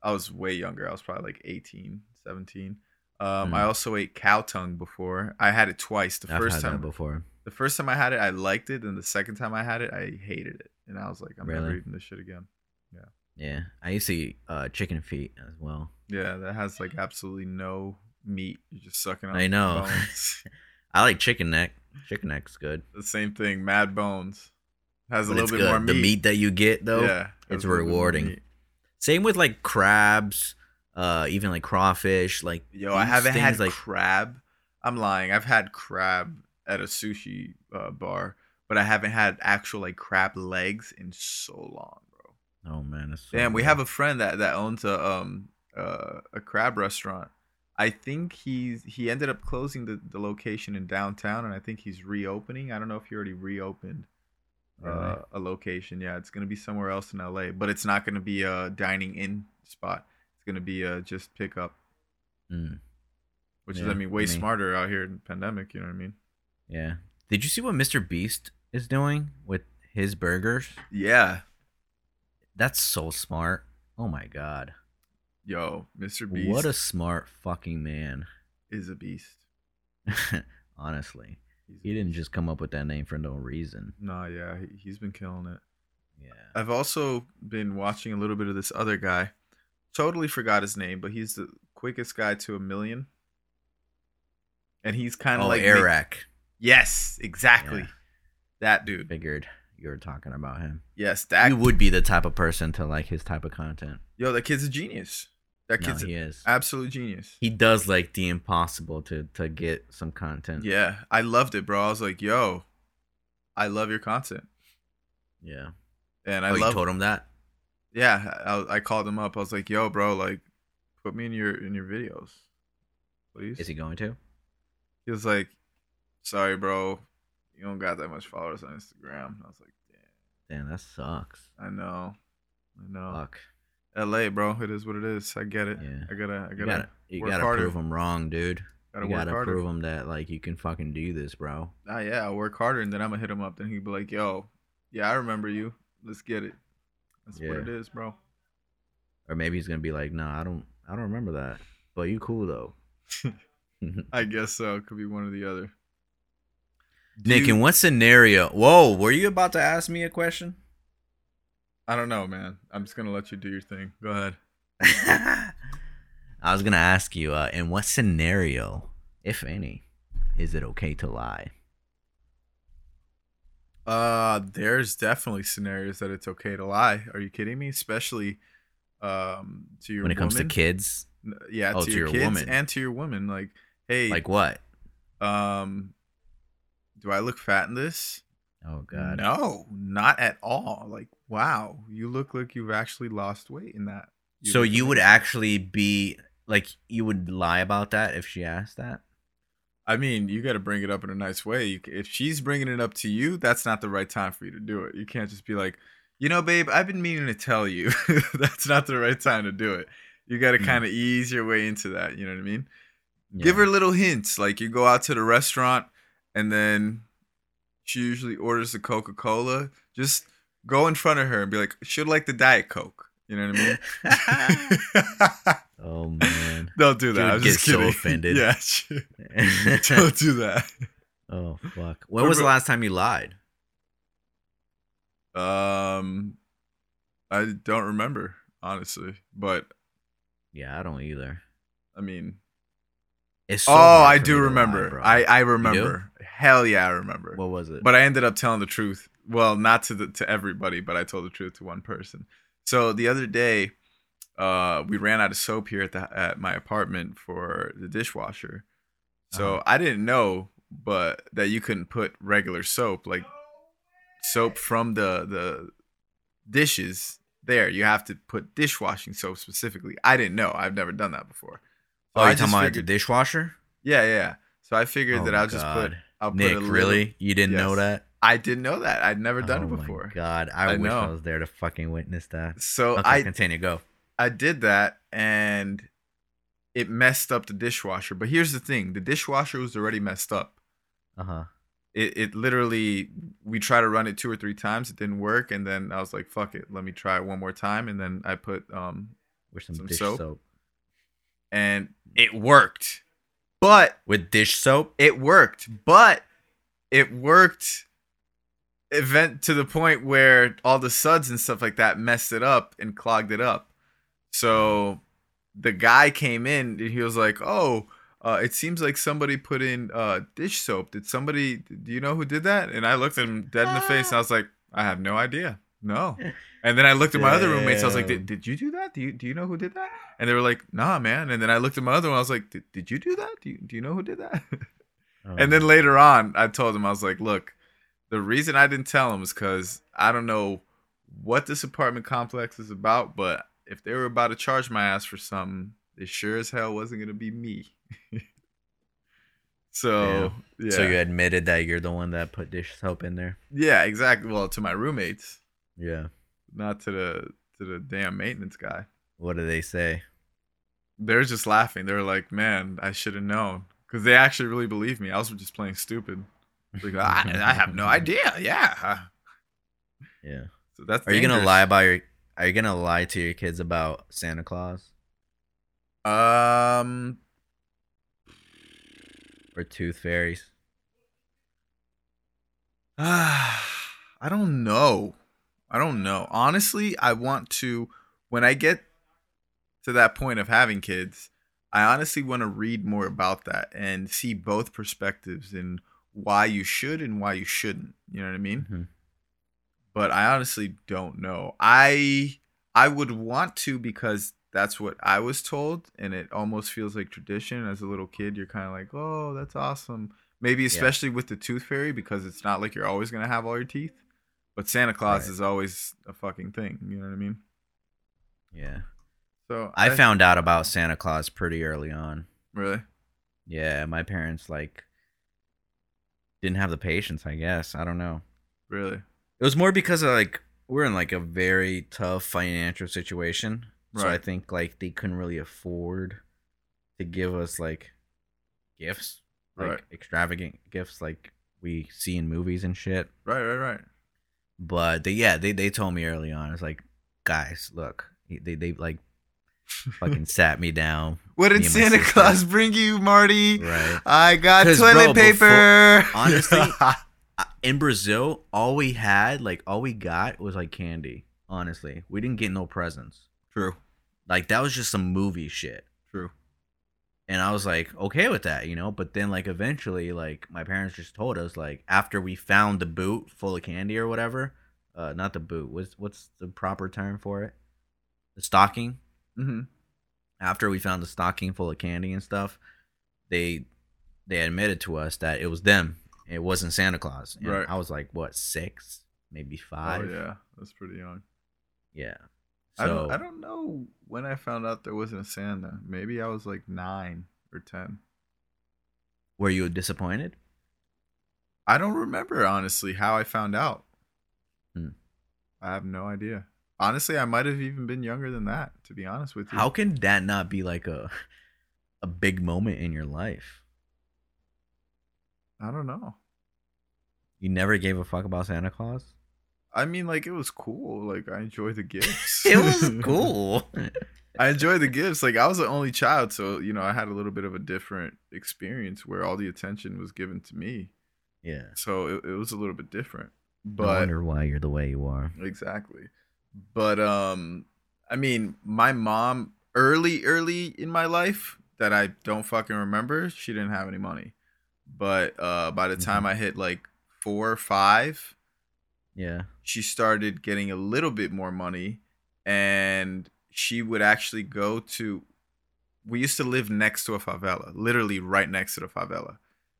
Speaker 2: I was way younger. I was probably like 18, 17. Um,
Speaker 1: Mm.
Speaker 2: I also ate cow tongue before. I had it twice. The
Speaker 1: I've
Speaker 2: first
Speaker 1: had that
Speaker 2: time,
Speaker 1: before.
Speaker 2: the first time I had it, I liked it, and the second time I had it, I hated it, and I was like, I'm never
Speaker 1: Really?
Speaker 2: eating this shit again.
Speaker 1: Yeah. I used to eat uh, chicken feet as well.
Speaker 2: Yeah, that has like absolutely no meat. You're just sucking on
Speaker 1: I know.
Speaker 2: bones.
Speaker 1: I like chicken neck. Chicken neck's good.
Speaker 2: the same thing, mad bones. Has a
Speaker 1: But
Speaker 2: little
Speaker 1: it's
Speaker 2: bit
Speaker 1: good.
Speaker 2: more meat.
Speaker 1: The meat that you get though.
Speaker 2: yeah, has
Speaker 1: it's
Speaker 2: a little bit more
Speaker 1: rewarding.
Speaker 2: meat.
Speaker 1: Same with like crabs, uh, even like crawfish, like
Speaker 2: Yo, I
Speaker 1: these
Speaker 2: haven't
Speaker 1: things,
Speaker 2: had
Speaker 1: like
Speaker 2: crab. I'm lying. I've had crab at a sushi uh, bar, but I haven't had actual like crab legs in so long, bro.
Speaker 1: Oh man, it's so
Speaker 2: Damn, we
Speaker 1: good.
Speaker 2: have a friend that that owns a um uh, a crab restaurant, I think he's he ended up closing the, the location in downtown, and I think he's reopening. I don't know if he already reopened uh,
Speaker 1: Really?
Speaker 2: a location. Yeah, it's gonna be somewhere else in LA, but it's not gonna be a dining in spot. It's gonna be uh just pick up,
Speaker 1: Mm,
Speaker 2: which is
Speaker 1: Yeah,
Speaker 2: I mean way
Speaker 1: I mean-
Speaker 2: smarter out here in the pandemic. You know what I mean?
Speaker 1: yeah. Did you see what Mr. Beast is doing with his burgers?
Speaker 2: Yeah,
Speaker 1: That's so smart. Oh my god.
Speaker 2: yo, Mr. Beast
Speaker 1: What a smart fucking man.
Speaker 2: is a beast.
Speaker 1: Honestly.
Speaker 2: He's a
Speaker 1: He didn't
Speaker 2: beast.
Speaker 1: just come up with that name for no reason.
Speaker 2: No, yeah, he, he's been killing it.
Speaker 1: Yeah.
Speaker 2: I've also been watching a little bit of this other guy. Totally forgot his name, but he's the quickest guy to a million. And he's kind of
Speaker 1: oh,
Speaker 2: like
Speaker 1: like
Speaker 2: Nick- Yes, exactly.
Speaker 1: Yeah.
Speaker 2: That dude.
Speaker 1: Figured you were talking about him.
Speaker 2: Yes, that.
Speaker 1: you would be the type of person to like his type of content.
Speaker 2: Yo, that kid's a genius. That
Speaker 1: No,
Speaker 2: kid's an
Speaker 1: he is.
Speaker 2: absolute genius.
Speaker 1: He does like the impossible to to get some content.
Speaker 2: Yeah, I loved it, bro. I was like, yo, I love your content,
Speaker 1: Yeah.
Speaker 2: and I
Speaker 1: Oh, you
Speaker 2: love.
Speaker 1: told him that?
Speaker 2: yeah, I, I called him up. I was like, yo, bro, like, put me in your in your videos, please.
Speaker 1: Is he going to?
Speaker 2: He was like, "Sorry, bro, you don't got that much followers on Instagram." I was like, "Damn,
Speaker 1: Damn, that sucks.
Speaker 2: I know, I know."
Speaker 1: Fuck.
Speaker 2: L.A., bro, it is what it is. I get it.
Speaker 1: Yeah.
Speaker 2: I gotta, I
Speaker 1: You
Speaker 2: gotta,
Speaker 1: gotta you
Speaker 2: work
Speaker 1: gotta
Speaker 2: harder.
Speaker 1: prove him wrong, dude.
Speaker 2: gotta
Speaker 1: you
Speaker 2: work
Speaker 1: gotta
Speaker 2: harder.
Speaker 1: prove him that like you can fucking do this, bro.
Speaker 2: Ah, yeah, I'll work harder, and then I'm gonna hit him up. Then he'd be like, "Yo, yeah, I remember you. Let's get it." That's what
Speaker 1: Yeah.
Speaker 2: it is, bro.
Speaker 1: Or maybe he's gonna be like, nah, I don't I don't remember that. But you cool though.
Speaker 2: I guess so. It could be one or the other.
Speaker 1: Nick,
Speaker 2: you-
Speaker 1: in what scenario? Whoa, were you about to ask me a question?
Speaker 2: I don't know, man. I'm just gonna let you do your thing. Go ahead.
Speaker 1: I was gonna ask you, uh, in what scenario, if any, is it okay to lie?
Speaker 2: Uh, there's definitely scenarios that it's okay to lie. Are you kidding me? Especially, um, to your
Speaker 1: when it comes
Speaker 2: woman.
Speaker 1: to kids,
Speaker 2: N- yeah,
Speaker 1: Oh,
Speaker 2: to, your, kids
Speaker 1: woman.
Speaker 2: and to your woman. Like, hey,
Speaker 1: like what?
Speaker 2: um, do I look fat in this?
Speaker 1: Oh god,
Speaker 2: No, not at all. Like, wow, you look like you've actually lost weight in that.
Speaker 1: So
Speaker 2: look
Speaker 1: you would
Speaker 2: amazing.
Speaker 1: actually be like you would lie about that if she asked that?
Speaker 2: I mean, you got to bring it up in a nice way. You, c- if she's bringing it up to you, that's not the right time for you to do it. You can't just be like, you know, babe, I've been meaning to tell you. that's not the right time to do it. You got to
Speaker 1: Mm.
Speaker 2: kind of ease your way into that. You know what I mean? Give her little hints. Like you go out to the restaurant and then she usually orders the Coca Cola. Just go in front of her and be like, she'll like the Diet Coke. You know what I mean?
Speaker 1: oh man.
Speaker 2: Don't do
Speaker 1: She
Speaker 2: that.
Speaker 1: would
Speaker 2: I'm just
Speaker 1: get so
Speaker 2: kidding.
Speaker 1: offended.
Speaker 2: yeah. she- Don't do that.
Speaker 1: oh fuck. When was the last time you lied?
Speaker 2: Um, I don't remember honestly, but
Speaker 1: Yeah, I don't either.
Speaker 2: I mean,
Speaker 1: It's so
Speaker 2: oh,
Speaker 1: hard
Speaker 2: I
Speaker 1: for
Speaker 2: do
Speaker 1: me to lie,
Speaker 2: remember.
Speaker 1: bro.
Speaker 2: I I remember. Hell yeah, I remember.
Speaker 1: what was it?
Speaker 2: but I ended up telling the truth. Well, not to the, to everybody, but I told the truth to one person. So the other day, uh, we ran out of soap here at the at my apartment for the dishwasher. So
Speaker 1: Uh-huh.
Speaker 2: I didn't know, but that you couldn't put regular soap, like soap from the the dishes. There, you have to put dishwashing soap specifically. I didn't know. I've never done that before.
Speaker 1: oh,
Speaker 2: So I
Speaker 1: you
Speaker 2: just
Speaker 1: talking about the
Speaker 2: figured-
Speaker 1: dishwasher?
Speaker 2: Yeah, yeah, yeah. So I figured
Speaker 1: Oh
Speaker 2: that
Speaker 1: my
Speaker 2: I'll just put.
Speaker 1: God.
Speaker 2: I'll put
Speaker 1: Nick,
Speaker 2: a little-
Speaker 1: really? You didn't know
Speaker 2: Yes.
Speaker 1: that?
Speaker 2: I didn't know that. I'd never done
Speaker 1: oh
Speaker 2: it
Speaker 1: my
Speaker 2: before.
Speaker 1: God, I,
Speaker 2: I
Speaker 1: wish I
Speaker 2: know.
Speaker 1: was there to fucking witness that.
Speaker 2: So
Speaker 1: Okay,
Speaker 2: I
Speaker 1: continue. Go.
Speaker 2: I did that and it messed up the dishwasher. But here's the thing: the dishwasher was already messed up.
Speaker 1: Uh huh.
Speaker 2: It it literally we tried to run it two or three times. It didn't work, and then I was like, "Fuck it, let me try it one more time." And then I put um
Speaker 1: With some,
Speaker 2: Some
Speaker 1: dish soap.
Speaker 2: soap? and it worked, but
Speaker 1: With dish soap?
Speaker 2: it worked, but it worked. Event to the point where all the suds and stuff like that messed it up and clogged it up. So the guy came in and he was like, "Oh, uh, it seems like somebody put in uh, dish soap. Did somebody? Do you know who did that?" And I looked at him dead in the face and I was like, "I have no idea. No." And then I looked at my other roommates. I was like,
Speaker 1: Damn.
Speaker 2: did, "Did you do that? Do you do you know who did that?" And they were like, "Nah, man." And then I looked at my other one. I was like, "Did, did you do that? Do you do you know who did that?"
Speaker 1: Oh,
Speaker 2: And then later on, I told him, I was like, look, the reason I didn't tell him is because I don't know what this apartment complex is about, but if they were about to charge my ass for something, It sure as hell wasn't gonna be me. so yeah.
Speaker 1: So you admitted that you're the one that put dish soap in there.
Speaker 2: yeah, exactly. Well, to my roommates,
Speaker 1: Yeah.
Speaker 2: not to the to the damn maintenance guy.
Speaker 1: What do they say?
Speaker 2: They're just laughing. They're like, "Man, I should have known," because they actually really believe me. I was just playing stupid. Like, I, I have no idea. Yeah.
Speaker 1: Yeah.
Speaker 2: So that's.
Speaker 1: Are you gonna
Speaker 2: dangerous.
Speaker 1: lie about your? Are you gonna lie to your kids about Santa Claus
Speaker 2: Um,
Speaker 1: or tooth fairies?
Speaker 2: I don't know. I don't know. Honestly, I want to when I get to that point of having kids, I honestly want to read more about that and see both perspectives and why you should and why you shouldn't. You know what I mean?
Speaker 1: Mhm.
Speaker 2: but I honestly don't know. I I would want to because that's what I was told, and it almost feels like tradition. As a little kid, you're kind of like, "Oh, that's awesome." Maybe especially with the tooth fairy because it's not like you're always gonna have all your teeth, but Santa Claus
Speaker 1: Right.
Speaker 2: is always a fucking thing. You know what I mean?
Speaker 1: Yeah.
Speaker 2: So eh,
Speaker 1: I found out about Santa Claus pretty early on.
Speaker 2: really
Speaker 1: Yeah, my parents like didn't have the patience, I guess. I don't know.
Speaker 2: really
Speaker 1: It was more because of, like we're in like a very tough financial situation. So I
Speaker 2: Right.
Speaker 1: think like they couldn't really afford to give us like gifts, like
Speaker 2: Right.
Speaker 1: extravagant gifts like we see in movies and shit.
Speaker 2: right right right
Speaker 1: But they, yeah, they they told me early on. It's like, guys, look, they they like fucking sat me down,
Speaker 2: What
Speaker 1: Me
Speaker 2: did
Speaker 1: and my
Speaker 2: Santa
Speaker 1: sister.
Speaker 2: Claus bring you, Marty?
Speaker 1: right?
Speaker 2: I got
Speaker 1: 'Cause, bro,
Speaker 2: toilet paper.
Speaker 1: honestly, I- in Brazil, all we had, like all we got was like candy. Honestly, we didn't get no presents.
Speaker 2: true,
Speaker 1: Like that was just some movie shit.
Speaker 2: true.
Speaker 1: And I was like, okay with that, you know? But then like eventually, like my parents just told us, like, after we found the boot full of candy or whatever, uh not the boot, what's what's the proper term for it? The stocking.
Speaker 2: Mm-hmm.
Speaker 1: After we found the stocking full of candy and stuff, they they admitted to us that it was them. It wasn't Santa Claus. And
Speaker 2: Right.
Speaker 1: I was like, what, six? Maybe
Speaker 2: Oh
Speaker 1: five?
Speaker 2: yeah, that's pretty young.
Speaker 1: Yeah.
Speaker 2: I don't, I
Speaker 1: So-
Speaker 2: don't know when I found out there wasn't a Santa. Maybe I was like nine or ten.
Speaker 1: were you disappointed?
Speaker 2: I don't remember honestly how I found out.
Speaker 1: Hmm.
Speaker 2: I have no idea. Honestly, I might have even been younger than that. To be honest with you,
Speaker 1: How can that not be like a a big moment in your life?
Speaker 2: I don't know.
Speaker 1: You never gave a fuck about Santa Claus?
Speaker 2: I mean, like it was cool. Like I enjoyed the gifts.
Speaker 1: It was cool.
Speaker 2: I enjoyed the gifts. Like I was the only child, so you know I had a little bit of a different experience where all the attention was given to me.
Speaker 1: yeah.
Speaker 2: So it, it was a little bit different.
Speaker 1: But,
Speaker 2: But
Speaker 1: I wonder why you're the way you are.
Speaker 2: Exactly. But um I mean, my mom early early in my life that I don't fucking remember, she didn't have any money. But uh by the time I hit like 4 or 5,
Speaker 1: Yeah.
Speaker 2: she started getting a little bit more money and she would actually go to we used to live next to a favela literally right next to the favela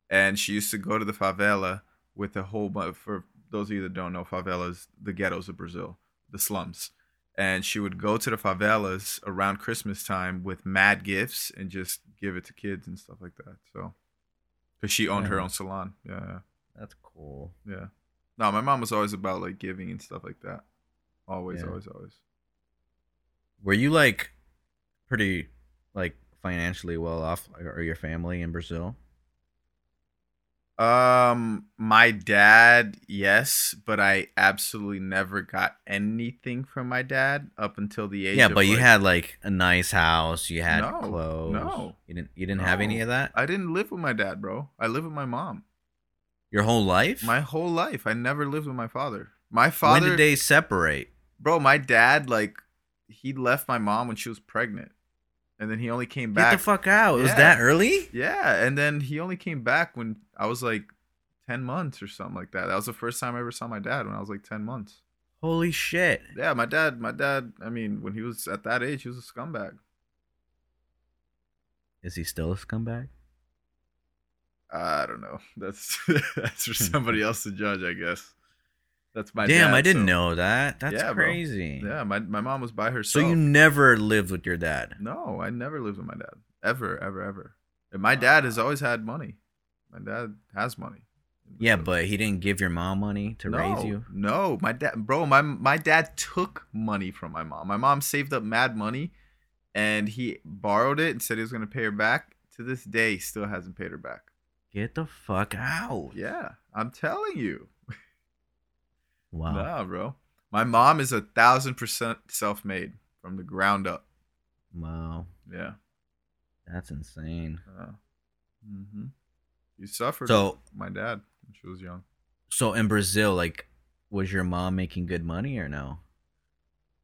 Speaker 2: and she used to go to the favela with a whole bunch for those of you that don't know favelas the ghettos of brazil the slums and she would go to the favelas around christmas time with mad gifts and just give it to kids and stuff like that so because she owned her
Speaker 1: Yeah.
Speaker 2: own salon yeah
Speaker 1: That's cool.
Speaker 2: yeah. No, my mom was always about like giving and stuff like that. Always,
Speaker 1: Yeah.
Speaker 2: always, always.
Speaker 1: Were you like pretty like financially well off or or your family in Brazil?
Speaker 2: Um, my dad, yes, but I absolutely never got anything from my dad up until the age.
Speaker 1: yeah,
Speaker 2: of,
Speaker 1: but you
Speaker 2: like-
Speaker 1: had like a nice house, you had
Speaker 2: No,
Speaker 1: clothes.
Speaker 2: no,
Speaker 1: You didn't you didn't have any
Speaker 2: no.
Speaker 1: of that?
Speaker 2: I didn't live with my dad, bro. I lived with my mom.
Speaker 1: your whole life?
Speaker 2: My whole life, I never lived with my father. My
Speaker 1: When
Speaker 2: father,
Speaker 1: did they separate?
Speaker 2: bro, my dad, like, he left my mom when she was pregnant, and then he only came back.
Speaker 1: Get the fuck out. It was
Speaker 2: Yeah.
Speaker 1: that early?
Speaker 2: Yeah, and then he only came back when I was like ten months or something like that. That was the first time I ever saw my dad when I was like ten months.
Speaker 1: Holy shit.
Speaker 2: Yeah, my dad, my dad. I mean, when he was at that age, he was a scumbag.
Speaker 1: Is he still a scumbag?
Speaker 2: I don't know. That's that's for somebody else to judge, I guess. That's my
Speaker 1: Hmm. Damn,
Speaker 2: dad,
Speaker 1: I didn't
Speaker 2: so-
Speaker 1: know that. That's
Speaker 2: Yeah, bro.
Speaker 1: crazy.
Speaker 2: Yeah, my my mom was by
Speaker 1: So
Speaker 2: herself.
Speaker 1: you never lived with your dad.
Speaker 2: No, I never lived with my dad. Ever, ever, ever. And my dad has always had money. My dad has money.
Speaker 1: Yeah,
Speaker 2: So-
Speaker 1: but he didn't give your mom money to
Speaker 2: no,
Speaker 1: raise you.
Speaker 2: No, my dad bro, my my dad took money from my mom. My mom saved up mad money and he borrowed it and said he was gonna pay her back. To this day, still hasn't paid her back.
Speaker 1: Get the fuck out.
Speaker 2: Yeah, I'm telling you.
Speaker 1: Wow.
Speaker 2: Nah, bro. My mom is a thousand percent self made from the ground up.
Speaker 1: Wow.
Speaker 2: Yeah.
Speaker 1: That's insane.
Speaker 2: Uh, mm-hmm. You suffered
Speaker 1: So
Speaker 2: with my dad when she was young.
Speaker 1: so in Brazil, like was your mom making good money or no?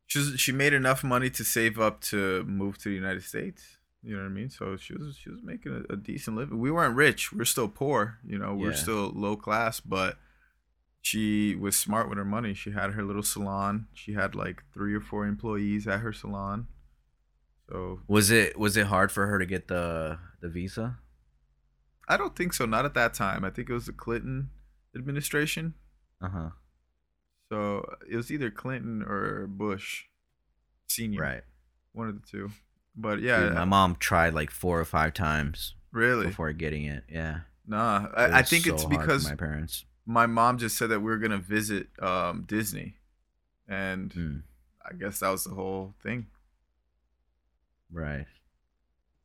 Speaker 2: She was, she made enough money to save up to move to the United States. You know what I mean? So she was she was making a, a decent living. We weren't rich. We are still poor. You know, we are
Speaker 1: Yeah.
Speaker 2: still low class, but she was smart with her money. She had her little salon. She had like three or four employees at her salon. So
Speaker 1: Was it was it hard for her to get the the visa?
Speaker 2: I don't think so. Not at that time. I think it was the Clinton administration.
Speaker 1: Uh-huh.
Speaker 2: So it was either Clinton or Bush, senior,
Speaker 1: Right.
Speaker 2: One of the two. But yeah,
Speaker 1: Dude, my mom tried like four or five times
Speaker 2: really,
Speaker 1: before getting it. Yeah.
Speaker 2: nah.
Speaker 1: It
Speaker 2: I, I
Speaker 1: was
Speaker 2: think it's
Speaker 1: so hard for
Speaker 2: because
Speaker 1: my parents.
Speaker 2: my mom just said that we were gonna visit um, Disney, and
Speaker 1: Mm,
Speaker 2: I guess that was the whole thing,
Speaker 1: right.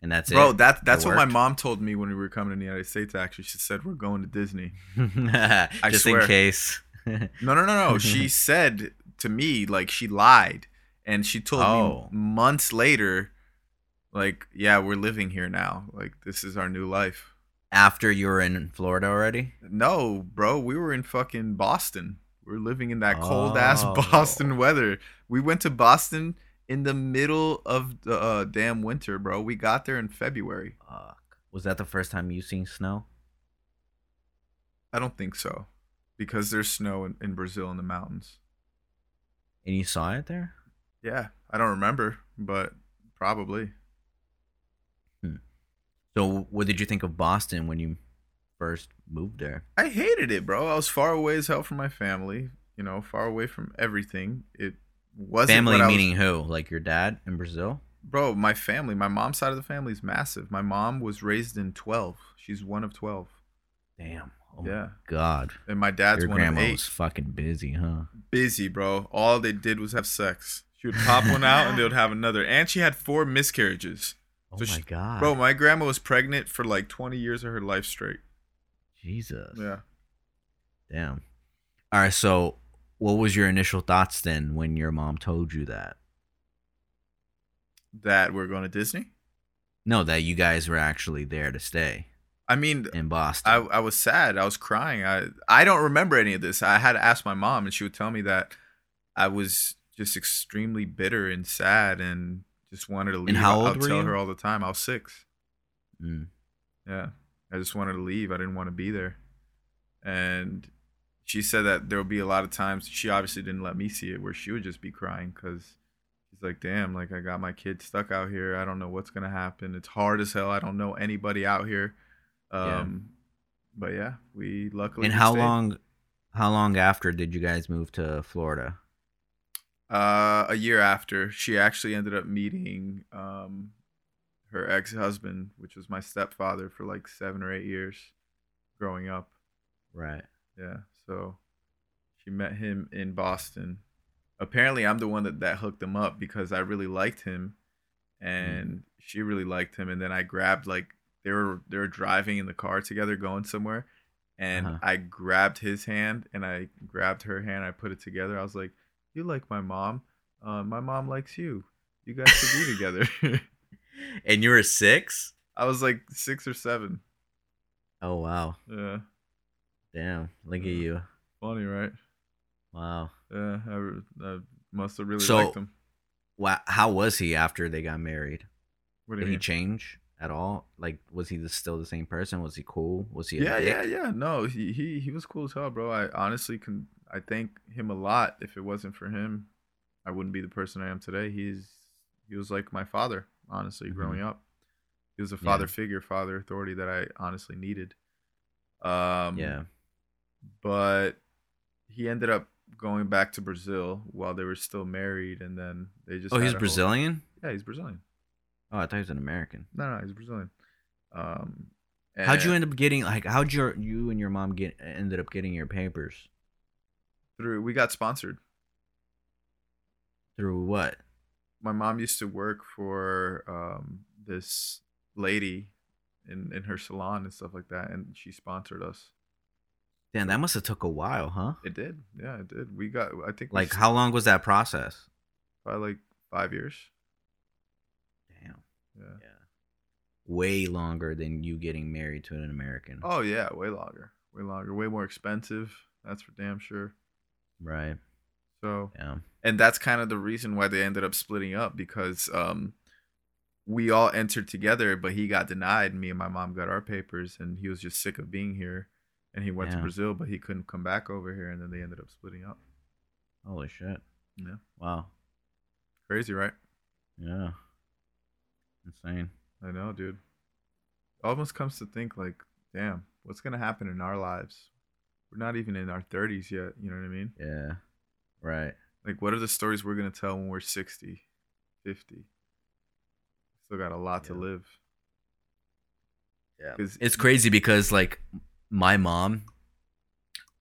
Speaker 1: And that's
Speaker 2: bro.
Speaker 1: it.
Speaker 2: That that's
Speaker 1: It
Speaker 2: what my
Speaker 1: worked.
Speaker 2: mom told me when we were coming to the United States. Actually, she said we're going to Disney.
Speaker 1: Just
Speaker 2: swear.
Speaker 1: in case.
Speaker 2: No, no, no, no. she said to me like she lied, and she told
Speaker 1: Oh.
Speaker 2: me months later, like, yeah, we're living here now. Like this is our new life.
Speaker 1: After you were in Florida already?
Speaker 2: No, bro, we were in fucking Boston. We are living in that cold ass
Speaker 1: Oh.
Speaker 2: Boston weather. We went to Boston in the middle of the uh, damn winter, bro. We got there in February.
Speaker 1: Fuck. Was that the first time you seen snow?
Speaker 2: I don't think so, because there's snow in, in Brazil in the mountains.
Speaker 1: And you saw it there?
Speaker 2: Yeah, I don't remember, but probably.
Speaker 1: So what did you think of Boston when you first moved there?
Speaker 2: I hated it, bro. I was far away as hell from my family. You know, far away from everything. It wasn't
Speaker 1: Family
Speaker 2: what I was-
Speaker 1: meaning who? Like your dad in Brazil?
Speaker 2: bro my family my mom's side of the family is massive my mom was raised in 12 she's one of 12
Speaker 1: Damn. Oh my
Speaker 2: yeah
Speaker 1: god.
Speaker 2: and my dad's
Speaker 1: your
Speaker 2: one
Speaker 1: grandma
Speaker 2: of eight
Speaker 1: was fucking busy, huh?
Speaker 2: busy bro all they did was have sex she would pop one out and they would have another and she had four miscarriages
Speaker 1: Oh
Speaker 2: So
Speaker 1: my
Speaker 2: she-
Speaker 1: god.
Speaker 2: bro my grandma was pregnant for like 20 years of her life straight
Speaker 1: Jesus.
Speaker 2: yeah
Speaker 1: Damn. All right, so what was your initial thoughts then when your mom told you that?
Speaker 2: that we're going to disney
Speaker 1: No, that you guys were actually there to stay
Speaker 2: i mean
Speaker 1: in Boston.
Speaker 2: I, I was sad. I was crying. I I don't remember any of this. I had to ask my mom, and she would tell me that I was just extremely bitter and sad, and just wanted to leave.
Speaker 1: how
Speaker 2: I- I
Speaker 1: old
Speaker 2: would
Speaker 1: were
Speaker 2: tell
Speaker 1: you?
Speaker 2: her all the time. I was six.
Speaker 1: Mm.
Speaker 2: Yeah, I just wanted to leave. I didn't want to be there. And she said that there would be a lot of times. She obviously didn't let me see it, where she would just be crying because she's like, "Damn, like I got my kid stuck out here. I don't know what's gonna happen. It's hard as hell. I don't know anybody out here."
Speaker 1: Yeah.
Speaker 2: Um, but yeah, we luckily.
Speaker 1: And
Speaker 2: we
Speaker 1: how
Speaker 2: stayed.
Speaker 1: long how long after did you guys move to Florida?
Speaker 2: Uh, a year after, she actually ended up meeting um, her ex-husband, which was my stepfather, for like seven or eight years, growing up.
Speaker 1: Right.
Speaker 2: Yeah. So she met him in Boston. Apparently, I'm the one that, that hooked him up because I really liked him and
Speaker 1: Mm.
Speaker 2: she really liked him. And then I grabbed, like, they were, they were driving in the car together going somewhere. And
Speaker 1: Uh-huh.
Speaker 2: I grabbed his hand and I grabbed her hand. I put it together. I was like, You like my mom. Uh, my mom likes you. You guys should be together.
Speaker 1: And you were 6?
Speaker 2: I was like six or seven.
Speaker 1: Oh wow.
Speaker 2: Yeah.
Speaker 1: Damn. Look at
Speaker 2: Yeah.
Speaker 1: you.
Speaker 2: Funny, right?
Speaker 1: Wow.
Speaker 2: Yeah. I, re- I must have really
Speaker 1: So-
Speaker 2: liked him.
Speaker 1: Wow. How was he after they got married?
Speaker 2: What do you
Speaker 1: Did
Speaker 2: mean?
Speaker 1: he change at all? Like, was he the, still the same person? Was he cool? Was he? A
Speaker 2: yeah,
Speaker 1: dick?
Speaker 2: yeah, yeah. No, he, he he was cool as hell, bro. I honestly can I thank him a lot. If it wasn't for him, I wouldn't be the person I am today. He's he was like my father, honestly,
Speaker 1: Mhm.
Speaker 2: growing up. He was a
Speaker 1: Yeah.
Speaker 2: father figure, father authority that I honestly needed. Um
Speaker 1: Yeah.
Speaker 2: but he ended up going back to Brazil while they were still married, and then they just.
Speaker 1: Oh,
Speaker 2: had
Speaker 1: he's
Speaker 2: a whole-
Speaker 1: Brazilian.
Speaker 2: yeah, he's Brazilian.
Speaker 1: Oh, I thought he was an American.
Speaker 2: No, no, he's Brazilian. Um,
Speaker 1: How'd you
Speaker 2: and
Speaker 1: end up getting like? How'd your you and your mom get ended up getting your papers
Speaker 2: Through we got sponsored.
Speaker 1: through what?
Speaker 2: My mom used to work for um this lady in in her salon and stuff like that, and she sponsored us.
Speaker 1: Damn, that must have took a while, huh?
Speaker 2: It did, yeah, it did. We got, I think, we
Speaker 1: Like,
Speaker 2: s-
Speaker 1: how long was that process?
Speaker 2: probably like five years.
Speaker 1: Damn.
Speaker 2: Yeah.
Speaker 1: Yeah. Way longer than you getting married to an American.
Speaker 2: Oh yeah, way longer, way longer, way more expensive. That's for damn sure.
Speaker 1: Right.
Speaker 2: So
Speaker 1: Yeah.
Speaker 2: and that's kind of the reason why they ended up splitting up because um we all entered together but he got denied me and my mom got our papers and he was just sick of being here and he went to
Speaker 1: Yeah.
Speaker 2: brazil but he couldn't come back over here and then they ended up splitting up
Speaker 1: Holy shit.
Speaker 2: Yeah.
Speaker 1: Wow.
Speaker 2: crazy right
Speaker 1: Yeah. Insane.
Speaker 2: i know dude almost comes to think like damn what's gonna happen in our lives we're not even in our 30s yet you know what i mean
Speaker 1: Yeah. Right.
Speaker 2: like what are the stories we're gonna tell when we're 60 50 still got a lot to
Speaker 1: Yeah.
Speaker 2: live
Speaker 1: Yeah.
Speaker 2: 'Cause-
Speaker 1: It's crazy because like my mom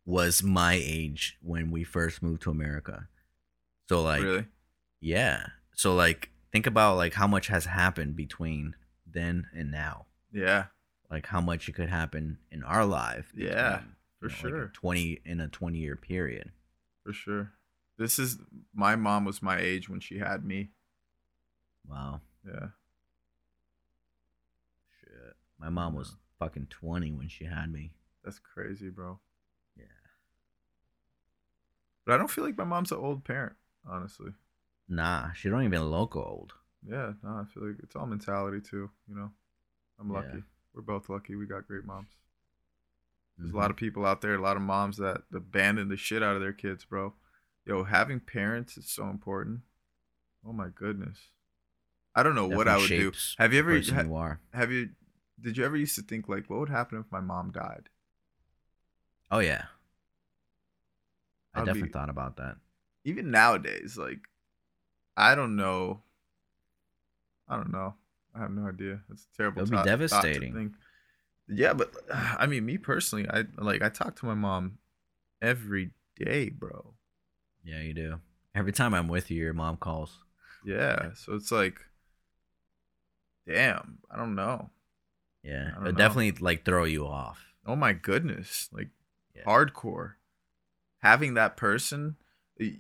Speaker 1: was my age when we first moved to America. So like
Speaker 2: really
Speaker 1: yeah. So like think about like how much has happened between then and now.
Speaker 2: yeah
Speaker 1: Like how much it could happen in our life.
Speaker 2: Yeah,
Speaker 1: between, you know,
Speaker 2: for
Speaker 1: like, a
Speaker 2: sure.
Speaker 1: 20 in a 20 year period.
Speaker 2: For sure. This is my mom was my age when she had me.
Speaker 1: Wow.
Speaker 2: Yeah.
Speaker 1: Shit. My mom was fucking 20 when she had me.
Speaker 2: That's crazy, bro.
Speaker 1: Yeah.
Speaker 2: But I don't feel like my mom's an old parent, honestly.
Speaker 1: Nah, she don't even look old.
Speaker 2: Yeah, no, I feel like it's all mentality too, you know. I'm
Speaker 1: Yeah.
Speaker 2: lucky. We're both lucky. We got great moms. There's a
Speaker 1: Mm-hmm.
Speaker 2: lot of people out there, a lot of moms that abandon the shit out of their kids, bro. Yo, having parents is so important. Oh my goodness. I don't know what I would do. Have you ever ha-
Speaker 1: you are.
Speaker 2: have you did you ever used to think like what would happen if my mom died?
Speaker 1: Oh yeah. I
Speaker 2: I'd
Speaker 1: definitely
Speaker 2: be-
Speaker 1: thought about that.
Speaker 2: even nowadays, like I don't know. I don't know. I have no idea. It's a terrible.
Speaker 1: That would be
Speaker 2: to- thought to
Speaker 1: devastating.
Speaker 2: think. Yeah, but I mean, me personally, I like I talk to my mom every day, bro.
Speaker 1: Yeah, you do. Every time I'm with you, your mom calls.
Speaker 2: Yeah, so it's like, damn, I don't know.
Speaker 1: Yeah,
Speaker 2: I
Speaker 1: it
Speaker 2: don't
Speaker 1: would
Speaker 2: know.
Speaker 1: definitely like throw you off.
Speaker 2: Oh my goodness, like
Speaker 1: Yeah.
Speaker 2: hardcore. Having that person eh,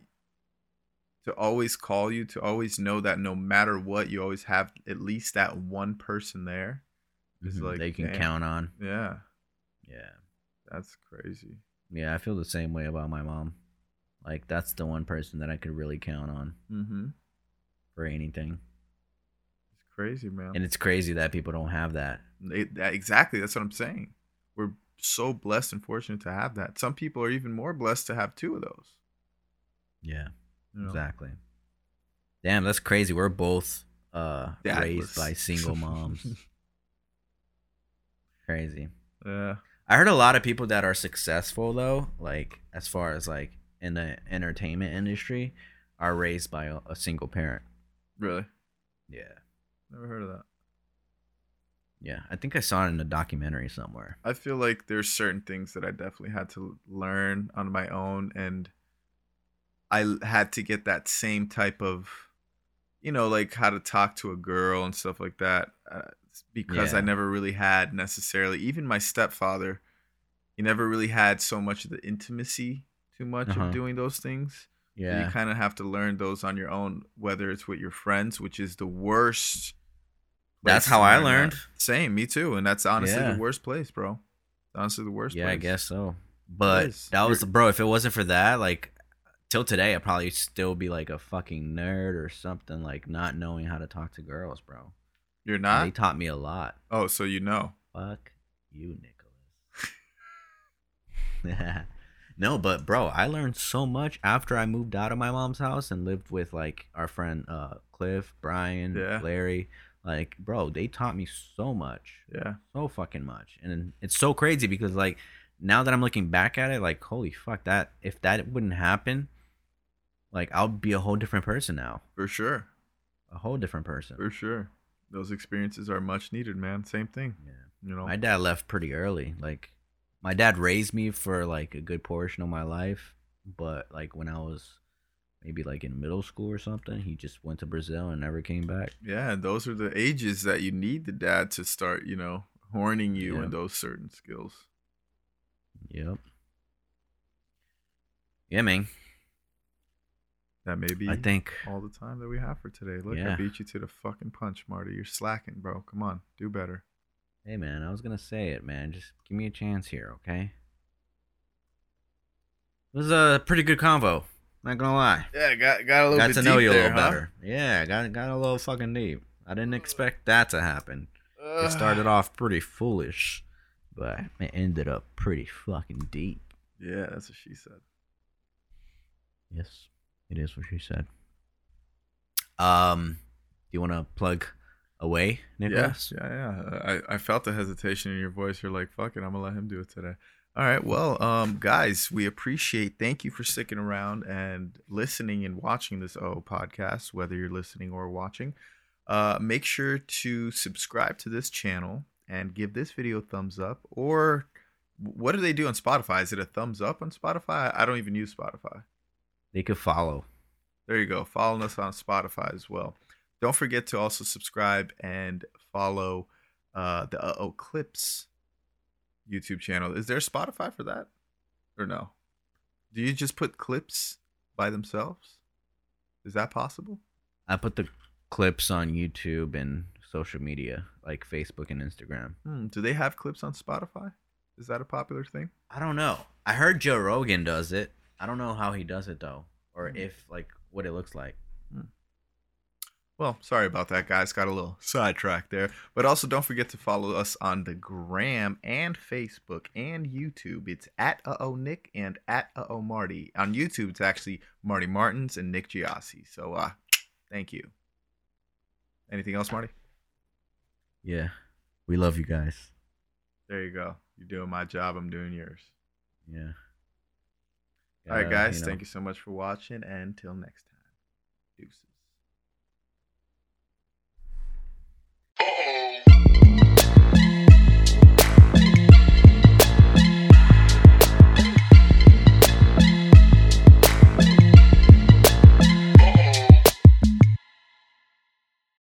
Speaker 2: to always call you, to always know that no matter what, you always have at least that one person there. It's
Speaker 1: Mhm,
Speaker 2: like,
Speaker 1: that you can
Speaker 2: damn.
Speaker 1: count on.
Speaker 2: Yeah,
Speaker 1: Yeah,
Speaker 2: that's crazy.
Speaker 1: yeah. I feel the same way about my mom. Like that's the one person that I could really count on
Speaker 2: Mm-hmm.
Speaker 1: for anything.
Speaker 2: It's crazy, man.
Speaker 1: And it's crazy that people don't have that.
Speaker 2: It- that- exactly, that's what I'm saying. We're so blessed and fortunate to have that. Some people are even more blessed to have two of those.
Speaker 1: Yeah,
Speaker 2: you know?
Speaker 1: exactly. Damn, that's crazy. We're both uh
Speaker 2: Dadless.
Speaker 1: raised by single moms. crazy.
Speaker 2: yeah.
Speaker 1: I heard a lot of people that are successful though, like as far as like in the entertainment industry, are raised by a, a single parent.
Speaker 2: Really?
Speaker 1: Yeah.
Speaker 2: Never heard of that.
Speaker 1: Yeah, I think I saw it in a documentary somewhere.
Speaker 2: I feel like there's certain things that I definitely had to learn on my own, and I l- had to get that same type of, you know, like how to talk to a girl and stuff like that, uh, s- because I
Speaker 1: Yeah.
Speaker 2: never really had necessarily. Even my stepfather, he never really had so much of the intimacy, too much
Speaker 1: Uh-huh.
Speaker 2: of doing those things. So You
Speaker 1: Yeah.
Speaker 2: kind of have to learn those on your own, whether it's with your friends, which is the worst.
Speaker 1: That's
Speaker 2: place
Speaker 1: how
Speaker 2: to
Speaker 1: I
Speaker 2: learn that.
Speaker 1: learned.
Speaker 2: Same, me too. And that's honestly
Speaker 1: Yeah.
Speaker 2: the worst place, bro. Honestly, the worst.
Speaker 1: Yeah,
Speaker 2: place.
Speaker 1: I guess so. But
Speaker 2: is.
Speaker 1: that was
Speaker 2: You're-
Speaker 1: bro, if it wasn't for that, like till today I'd probably still be like a fucking nerd or something, like not knowing how to talk to girls, bro.
Speaker 2: you're
Speaker 1: And
Speaker 2: not.
Speaker 1: They taught me a lot.
Speaker 2: Oh, so you know.
Speaker 1: Fuck you, Nicholas. no, but bro, I learned so much after I moved out of my mom's house and lived with like our friend uh Cliff, Brian,
Speaker 2: Yeah.
Speaker 1: Larry. Like, bro, they taught me so much.
Speaker 2: Yeah,
Speaker 1: So fucking much. And it's so crazy because like now that I'm looking back at it, like holy fuck, that if that wouldn't happen, like I'll be a whole different person now,
Speaker 2: for sure,
Speaker 1: a whole different person.
Speaker 2: for sure. Those experiences are much needed, man. Same thing,
Speaker 1: Yeah.
Speaker 2: you know.
Speaker 1: My dad left pretty early. Like my dad raised me for like a good portion of my life, but like when I was maybe like in middle school or something, he just went to Brazil and never came back.
Speaker 2: yeah, those are the ages that you need the dad to start, you know, horning you
Speaker 1: Yeah.
Speaker 2: in those certain skills.
Speaker 1: Yep. Yeah, man.
Speaker 2: That may be
Speaker 1: I think
Speaker 2: all the time that we have for today. Look, I
Speaker 1: Yeah.
Speaker 2: beat you to the fucking punch, Marty. You're slacking, bro. Come on, do better.
Speaker 1: Hey man, I was gonna say it, man. Just give me a chance here, okay? It was a pretty good convo. Not gonna lie.
Speaker 2: Yeah, got got a little
Speaker 1: Got
Speaker 2: bit
Speaker 1: to know
Speaker 2: deep
Speaker 1: you a
Speaker 2: there,
Speaker 1: little
Speaker 2: huh?
Speaker 1: better. Yeah, got got a little fucking deep. I didn't expect that to happen. It started off pretty foolish, but it ended up pretty fucking deep.
Speaker 2: Yeah, that's what she said.
Speaker 1: Yes, it is what she said. Um, do you want to plug away, Nicholas?
Speaker 2: Yes, yeah, yeah. Uh, I, I felt the hesitation in your voice. You're like, fuck it, I'm gonna let him do it today. All right, well, um, guys, we appreciate. Thank you for sticking around and listening and watching this O podcast, whether you're listening or watching. Uh, make sure to subscribe to this channel and give this video a thumbs up. Or what do they do on Spotify? Is it a thumbs up on Spotify? I don't even use Spotify.
Speaker 1: They could follow.
Speaker 2: There you go. Following us on Spotify as well. Don't forget to also subscribe and follow uh, the Uh Oh Clips YouTube channel. Is there Spotify for that? Or no? Do you just put clips by themselves? Is that possible?
Speaker 1: I put the clips on YouTube and social media, like Facebook and Instagram.
Speaker 2: Hmm, do they have clips on Spotify? Is that a popular thing?
Speaker 1: I don't know. I heard Joe Rogan does it. I don't know how he does it though, or
Speaker 2: Hmm.
Speaker 1: if like what it looks like.
Speaker 2: Well, sorry about that, guys. Got a little sidetracked there. But also, don't forget to follow us on the gram and Facebook and YouTube. It's at Uh Oh Nick and at Uh Oh Marty. On YouTube, it's actually Marty Martins and Nick Giassi. So, uh, thank you. Anything else, Marty?
Speaker 1: Yeah, we love you guys.
Speaker 2: There you go. You're doing my job. I'm doing yours.
Speaker 1: Yeah. Uh,
Speaker 2: All right, guys. Thank you so much for watching. And until next time, deuces.